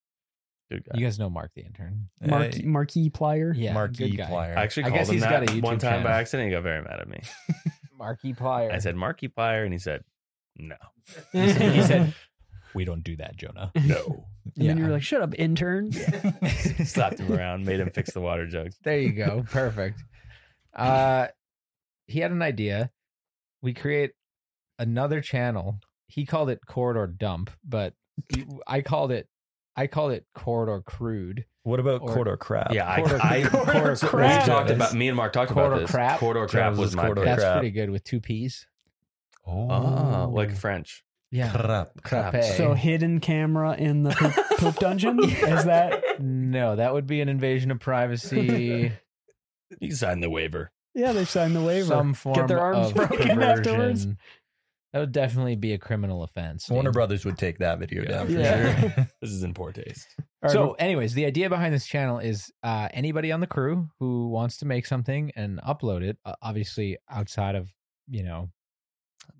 Speaker 2: Good guy.
Speaker 4: You guys know Mark the intern.
Speaker 1: Mark,
Speaker 3: Hey,
Speaker 1: Marquee Plier.
Speaker 4: Yeah,
Speaker 3: Marquee
Speaker 4: good guy.
Speaker 3: Plier.
Speaker 2: I actually
Speaker 4: I
Speaker 2: called
Speaker 4: guess
Speaker 2: him
Speaker 4: he's
Speaker 2: that
Speaker 4: got a
Speaker 2: one
Speaker 4: YouTube
Speaker 2: time by
Speaker 4: channel.
Speaker 2: accident. He got very mad at me.
Speaker 4: Marky Plier.
Speaker 2: I said Marky Plier, and he said, "No,
Speaker 4: he said, he said, "We don't do that, Jonah."
Speaker 2: no."
Speaker 1: And then you were
Speaker 4: Yeah.
Speaker 1: like, shut up, intern.
Speaker 2: Slapped him around, made him fix the water jugs.
Speaker 4: There you go. Perfect. Uh he had an idea. We create another channel. He called it corridor dump, but I called it I called it corridor crude.
Speaker 3: What about
Speaker 4: Or-
Speaker 3: quarter crap?
Speaker 2: Yeah, I,
Speaker 4: Quarter-
Speaker 2: I
Speaker 4: quarter
Speaker 2: so
Speaker 4: crap.
Speaker 2: We talked about me and Mark talked
Speaker 4: Quarter
Speaker 2: about this.
Speaker 4: crap.
Speaker 2: Corridor crap
Speaker 3: Travis's
Speaker 2: was my
Speaker 3: quarter
Speaker 2: pick.
Speaker 4: That's
Speaker 3: crap.
Speaker 4: pretty good with two P's.
Speaker 3: Oh,
Speaker 2: Ah, like French.
Speaker 3: crap.
Speaker 4: Crape.
Speaker 1: So hidden camera in the poop, poop dungeon? Is that?
Speaker 4: no, that would be an invasion of privacy.
Speaker 2: You signed the waiver.
Speaker 1: Yeah, they signed the waiver.
Speaker 4: some form
Speaker 1: Get their arms
Speaker 4: of
Speaker 1: broken afterwards.
Speaker 4: perversion. That would definitely be a criminal offense.
Speaker 3: Warner
Speaker 4: dude.
Speaker 3: Brothers would take that video down. For
Speaker 1: Yeah.
Speaker 3: Sure.
Speaker 2: This is in poor taste.
Speaker 4: So, anyways, the idea behind this channel is uh, anybody on the crew who wants to make something and upload it, uh, obviously outside of you know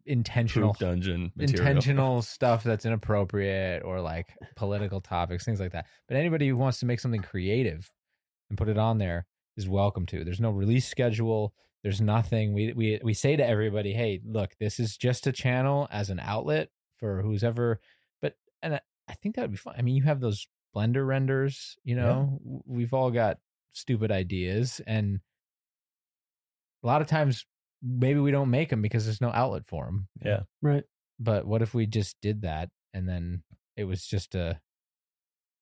Speaker 4: intentional
Speaker 2: Poop dungeon material.
Speaker 4: intentional stuff that's inappropriate or like political topics, things like that. But anybody who wants to make something creative and put it on there is welcome to. There's no release schedule. There's nothing. We we we say to everybody, hey, look, this is just a channel as an outlet for who's ever. But and I, I think that would be fun. I mean, you have those Blender renders. You know, W- we've all got stupid ideas, and a lot of times maybe we don't make them because there's no outlet for them
Speaker 3: yeah.
Speaker 1: right.
Speaker 4: but what if we just did that and then it was just a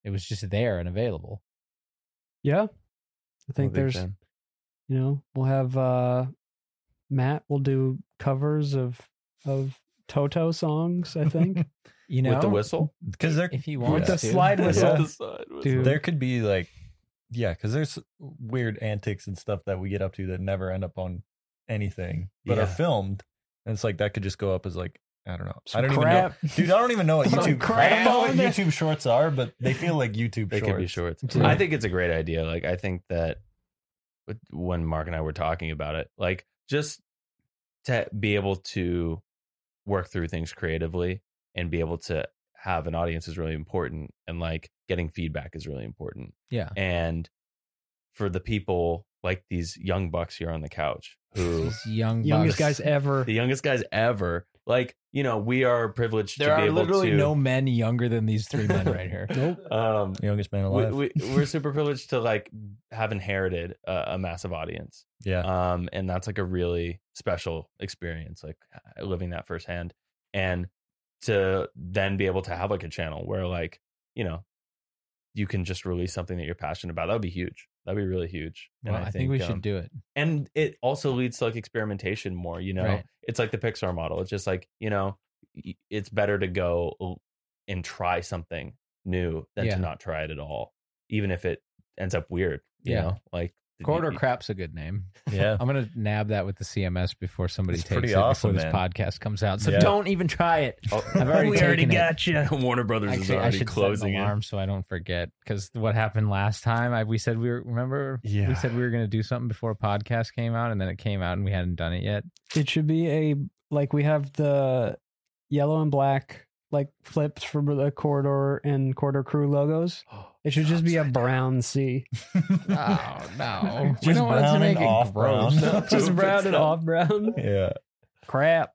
Speaker 4: it was just there and available
Speaker 1: Yeah. I
Speaker 2: I'm a
Speaker 1: think
Speaker 2: big
Speaker 1: there's,
Speaker 2: fan.
Speaker 1: you know, we'll have uh Matt will do covers of of Toto songs, I think.
Speaker 4: you know
Speaker 2: with the whistle.
Speaker 3: Because there,
Speaker 4: if he
Speaker 3: With
Speaker 4: wants
Speaker 3: the
Speaker 4: to.
Speaker 1: slide
Speaker 3: whistle.
Speaker 2: Yeah.
Speaker 3: Yeah.
Speaker 2: The side whistle.
Speaker 4: Dude.
Speaker 3: there could be like, yeah, because there's weird antics and stuff that we get up to that never end up on anything, but are
Speaker 2: Yeah.
Speaker 3: filmed. And it's like that could just go up as like I don't know.
Speaker 1: Some
Speaker 3: I don't
Speaker 1: crap.
Speaker 3: even know, dude. I don't even know what
Speaker 1: Some
Speaker 3: YouTube. I don't
Speaker 1: crap.
Speaker 3: know what YouTube shorts are, but they feel like YouTube.
Speaker 2: They
Speaker 3: shorts.
Speaker 2: could be shorts.
Speaker 4: Dude.
Speaker 2: I think it's a great idea. Like I think that with- when Mark and I were talking about it, like just to be able to work through things creatively and be able to have an audience is really important and like getting feedback is really important.
Speaker 4: yeah
Speaker 2: And for the people like these young bucks here on the couch who
Speaker 4: These young
Speaker 1: Youngest guys
Speaker 4: bucks.
Speaker 1: ever.
Speaker 2: the youngest guys ever, like, you know, we are privileged
Speaker 4: there
Speaker 2: to be
Speaker 4: are
Speaker 2: able
Speaker 4: literally
Speaker 2: to
Speaker 4: no men younger than these three men right here
Speaker 2: um
Speaker 3: Youngest man
Speaker 2: we,
Speaker 3: alive.
Speaker 2: we, we're super privileged to like have inherited a, a massive audience
Speaker 3: yeah.
Speaker 2: um and that's like a really special experience like living that firsthand and to then be able to have like a channel where like you know you can just release something that you're passionate about that would be huge That'd be really huge.
Speaker 4: Well, I, think, we
Speaker 2: um,
Speaker 4: should do it.
Speaker 2: and it also leads to like experimentation more you know
Speaker 4: Right.
Speaker 2: it's like the pixar model it's just like you know y- it's better to go l- and try something new than
Speaker 4: Yeah.
Speaker 2: to not try it at all even if it ends up weird you
Speaker 4: Yeah.
Speaker 2: know like
Speaker 4: Quarter crap's a good name.
Speaker 3: Yeah.
Speaker 4: I'm gonna nab that with the CMS before somebody
Speaker 3: It's
Speaker 4: takes
Speaker 3: pretty
Speaker 4: it
Speaker 3: awesome,
Speaker 4: before this
Speaker 3: man.
Speaker 4: podcast comes out. So
Speaker 3: Yeah.
Speaker 4: don't even try it. I've already
Speaker 2: oh, we
Speaker 4: taken
Speaker 2: already
Speaker 4: it.
Speaker 2: got you warner brothers is
Speaker 4: Actually, I
Speaker 2: already
Speaker 4: should
Speaker 2: closing
Speaker 4: set an
Speaker 2: it
Speaker 4: alarm so I don't forget. Because what happened last time, I, we said we were remember
Speaker 3: Yeah.
Speaker 4: we said we were going to do something before a podcast came out, and then it came out and we hadn't done it yet.
Speaker 1: It should be a like we have the yellow and black like flips for the corridor and corridor crew logos.
Speaker 3: Oh,
Speaker 1: It should just be a brown C.
Speaker 4: Oh no! we
Speaker 3: Just
Speaker 4: don't want it to
Speaker 3: brown
Speaker 4: make
Speaker 3: and
Speaker 4: it
Speaker 3: off
Speaker 4: gross.
Speaker 3: brown.
Speaker 1: just brown and off brown.
Speaker 3: Yeah.
Speaker 1: Crap.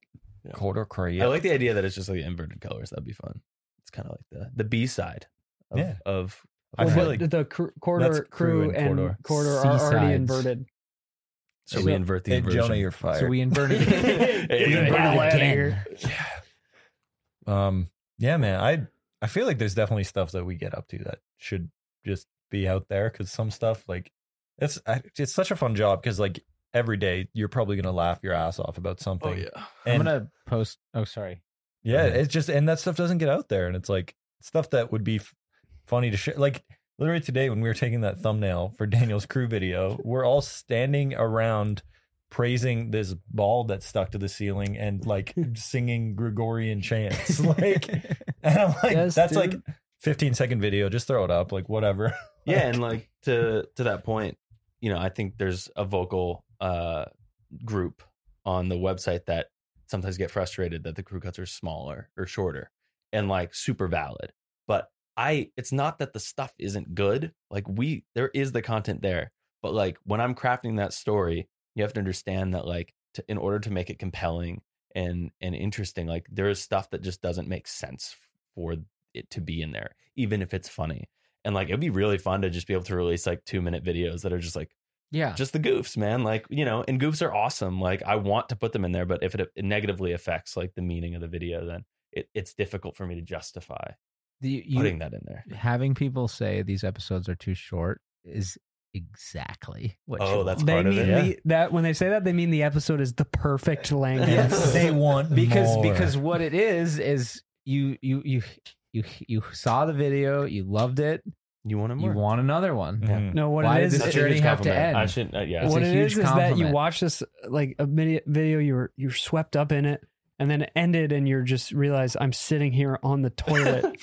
Speaker 3: Quarter Korea.
Speaker 2: i like the idea that it's just like inverted colors that'd be fun it's kind of like the the b-side of,
Speaker 3: Yeah.
Speaker 2: of
Speaker 3: I
Speaker 1: Well,
Speaker 3: feel
Speaker 1: but
Speaker 3: like
Speaker 1: the cr- corridor
Speaker 3: that's crew
Speaker 1: crew
Speaker 3: and
Speaker 1: and
Speaker 3: corridor.
Speaker 1: corridor are already
Speaker 4: C-sides.
Speaker 1: inverted.
Speaker 2: so,
Speaker 3: So-
Speaker 2: we invert the
Speaker 3: Hey,
Speaker 2: inversion
Speaker 3: Jonah, you're fired.
Speaker 4: So we inverted. it.
Speaker 2: Hey,
Speaker 1: Inverted
Speaker 2: yeah,
Speaker 1: ladder.
Speaker 2: again.
Speaker 3: um yeah, man. I I feel like there's definitely stuff that we get up to that should just be out there cuz some stuff like it's I- it's such a fun job cuz like every day you're probably going to laugh your ass off about something.
Speaker 2: oh yeah
Speaker 4: I'm
Speaker 3: And-
Speaker 4: gonna post. Oh, sorry.
Speaker 3: Yeah,
Speaker 2: Mhm.
Speaker 3: it's just and that stuff doesn't get out there, and it's like stuff that would be f- funny to share. Like literally today, when we were taking that thumbnail for Daniel's crew video, we're all standing around praising this ball that's stuck to the ceiling and like singing Gregorian chants. Like, and I'm like,
Speaker 1: Yes,
Speaker 3: that's
Speaker 1: dude.
Speaker 3: like 15 second video. Just throw it up, like whatever.
Speaker 2: yeah and like to to that point you know i think there's a vocal uh group on the website that sometimes get frustrated that the crew cuts are smaller or shorter and like super valid but i it's not that the stuff isn't good like we there is the content there but like when i'm crafting that story you have to understand that like to, in order to make it compelling and and interesting like there is stuff that just doesn't make sense for it to be in there even if it's funny and like it'd be really fun to just be able to release like two minute videos that are just like
Speaker 4: Yeah.
Speaker 2: just the goofs man like you know and goofs are awesome like i want to put them in there but if it, it negatively affects like the meaning of the video then it, it's difficult for me to justify
Speaker 4: The, you,
Speaker 2: putting that in there
Speaker 4: having people say these episodes are too short is exactly what.
Speaker 2: Oh,
Speaker 4: you
Speaker 2: that's
Speaker 4: want.
Speaker 1: They
Speaker 2: part of
Speaker 1: mean
Speaker 2: it.
Speaker 1: the, that when they say that they mean the episode is the perfect length.
Speaker 3: Yes. They want
Speaker 4: because
Speaker 3: more.
Speaker 4: because what it is is you you you you you saw the video, you loved it,
Speaker 2: you want to more
Speaker 4: you want another one.
Speaker 3: Mhm.
Speaker 1: No, what it
Speaker 4: Why did
Speaker 1: is
Speaker 4: this
Speaker 2: That's a
Speaker 4: journey
Speaker 2: huge
Speaker 4: have to
Speaker 2: compliment.
Speaker 4: end?
Speaker 2: i shouldn't uh, yeah
Speaker 4: It's
Speaker 1: what
Speaker 4: a
Speaker 1: it
Speaker 4: huge
Speaker 1: is is that you
Speaker 4: compliment.
Speaker 1: watch this like a mini- video, you're you're swept up in it, and then it ended, and you're just realize I'm sitting here on the toilet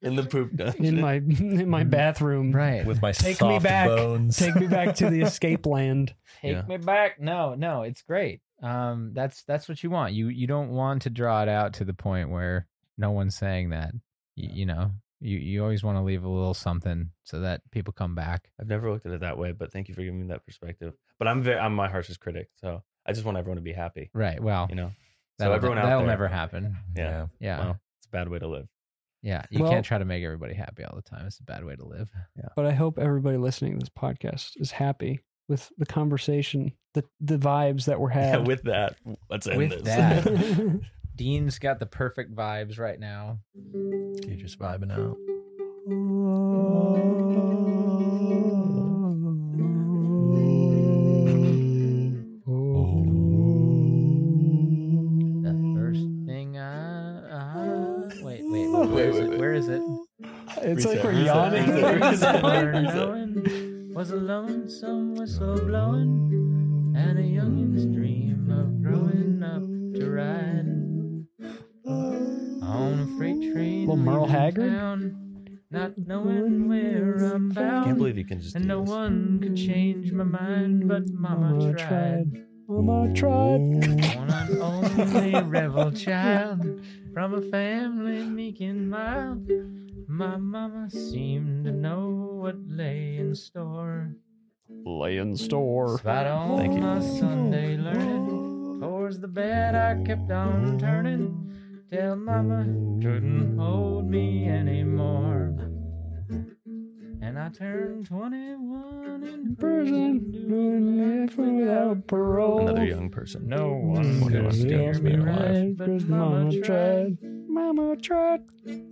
Speaker 2: in the poop
Speaker 1: in my in my bathroom.
Speaker 4: Right.
Speaker 3: with my
Speaker 1: Take me
Speaker 3: soft
Speaker 1: back.
Speaker 3: bones.
Speaker 1: Take me back to the escape land.
Speaker 4: Take
Speaker 2: Yeah.
Speaker 4: me back. No, no, it's great. Um that's that's what you want. You you don't want to draw it out to the point where no one's saying that. You, you know, you you always want to leave a little something so that people come back.
Speaker 2: i've never looked at it that way but thank you for giving me that perspective but i'm very i'm my harshest critic so i just want everyone to be happy
Speaker 4: Right. Well,
Speaker 2: you know so
Speaker 4: Oh, that'll,
Speaker 2: everyone out
Speaker 4: that'll
Speaker 2: there-
Speaker 4: never happen.
Speaker 2: yeah,
Speaker 4: Yeah.
Speaker 2: Wow. it's a bad way to live
Speaker 4: Yeah. You
Speaker 1: Well-
Speaker 4: can't try to make everybody happy all the time. It's a bad way to live.
Speaker 1: But I hope everybody listening to this podcast is happy with the conversation, the the vibes that we're
Speaker 2: yeah
Speaker 1: having.
Speaker 2: with that let's end
Speaker 4: With
Speaker 2: this
Speaker 4: that. Dean's got the perfect vibes right now.
Speaker 3: You're just vibing out.
Speaker 4: The first thing I, I- wait, wait, wait, where is it? Where is it?
Speaker 1: it's like we're
Speaker 2: Reset,
Speaker 1: yawning.
Speaker 2: reset, reset,
Speaker 4: Where
Speaker 2: reset.
Speaker 4: knowing was a lonesome whistle blowing, and a youngin's dream of growing up to ride on a freight train.
Speaker 1: Little Merle
Speaker 4: leaving
Speaker 1: Haggard?
Speaker 4: town, not knowing where I'm bound.
Speaker 2: can't believe you can just
Speaker 4: and
Speaker 2: do
Speaker 4: no
Speaker 2: this.
Speaker 4: one could change my mind, but Mama,
Speaker 1: Mama
Speaker 4: tried.
Speaker 1: tried. Mama tried.
Speaker 4: On an only rebel child from a family meek and mild, my mama seemed to know what lay in store.
Speaker 1: Lay in store.
Speaker 4: Despite all
Speaker 2: Thank you.
Speaker 4: my Sunday learning, towards the bed I kept on turning till mama couldn't hold me anymore. And I turned 21 in
Speaker 1: prison without parole.
Speaker 2: another young person
Speaker 4: No
Speaker 1: one
Speaker 4: one
Speaker 2: Wonder
Speaker 4: could
Speaker 2: what's
Speaker 4: steer
Speaker 2: going on.
Speaker 4: me right, but Mama tried.
Speaker 1: Mama tried.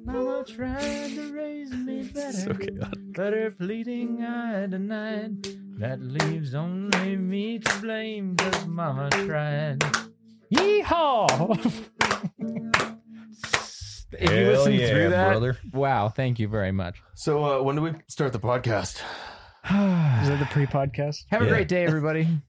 Speaker 4: Mama tried to raise me better,
Speaker 2: So chaotic.
Speaker 4: but her pleading I denied. That leaves only me to blame, cause Mama tried.
Speaker 1: Yeehaw!
Speaker 4: If you
Speaker 3: Hell
Speaker 4: listen
Speaker 3: yeah,
Speaker 4: through that,
Speaker 3: brother.
Speaker 4: wow, thank you very much.
Speaker 2: So uh, when do we start the podcast?
Speaker 1: Is
Speaker 4: Have
Speaker 1: that the pre-podcast?
Speaker 4: a great day, everybody.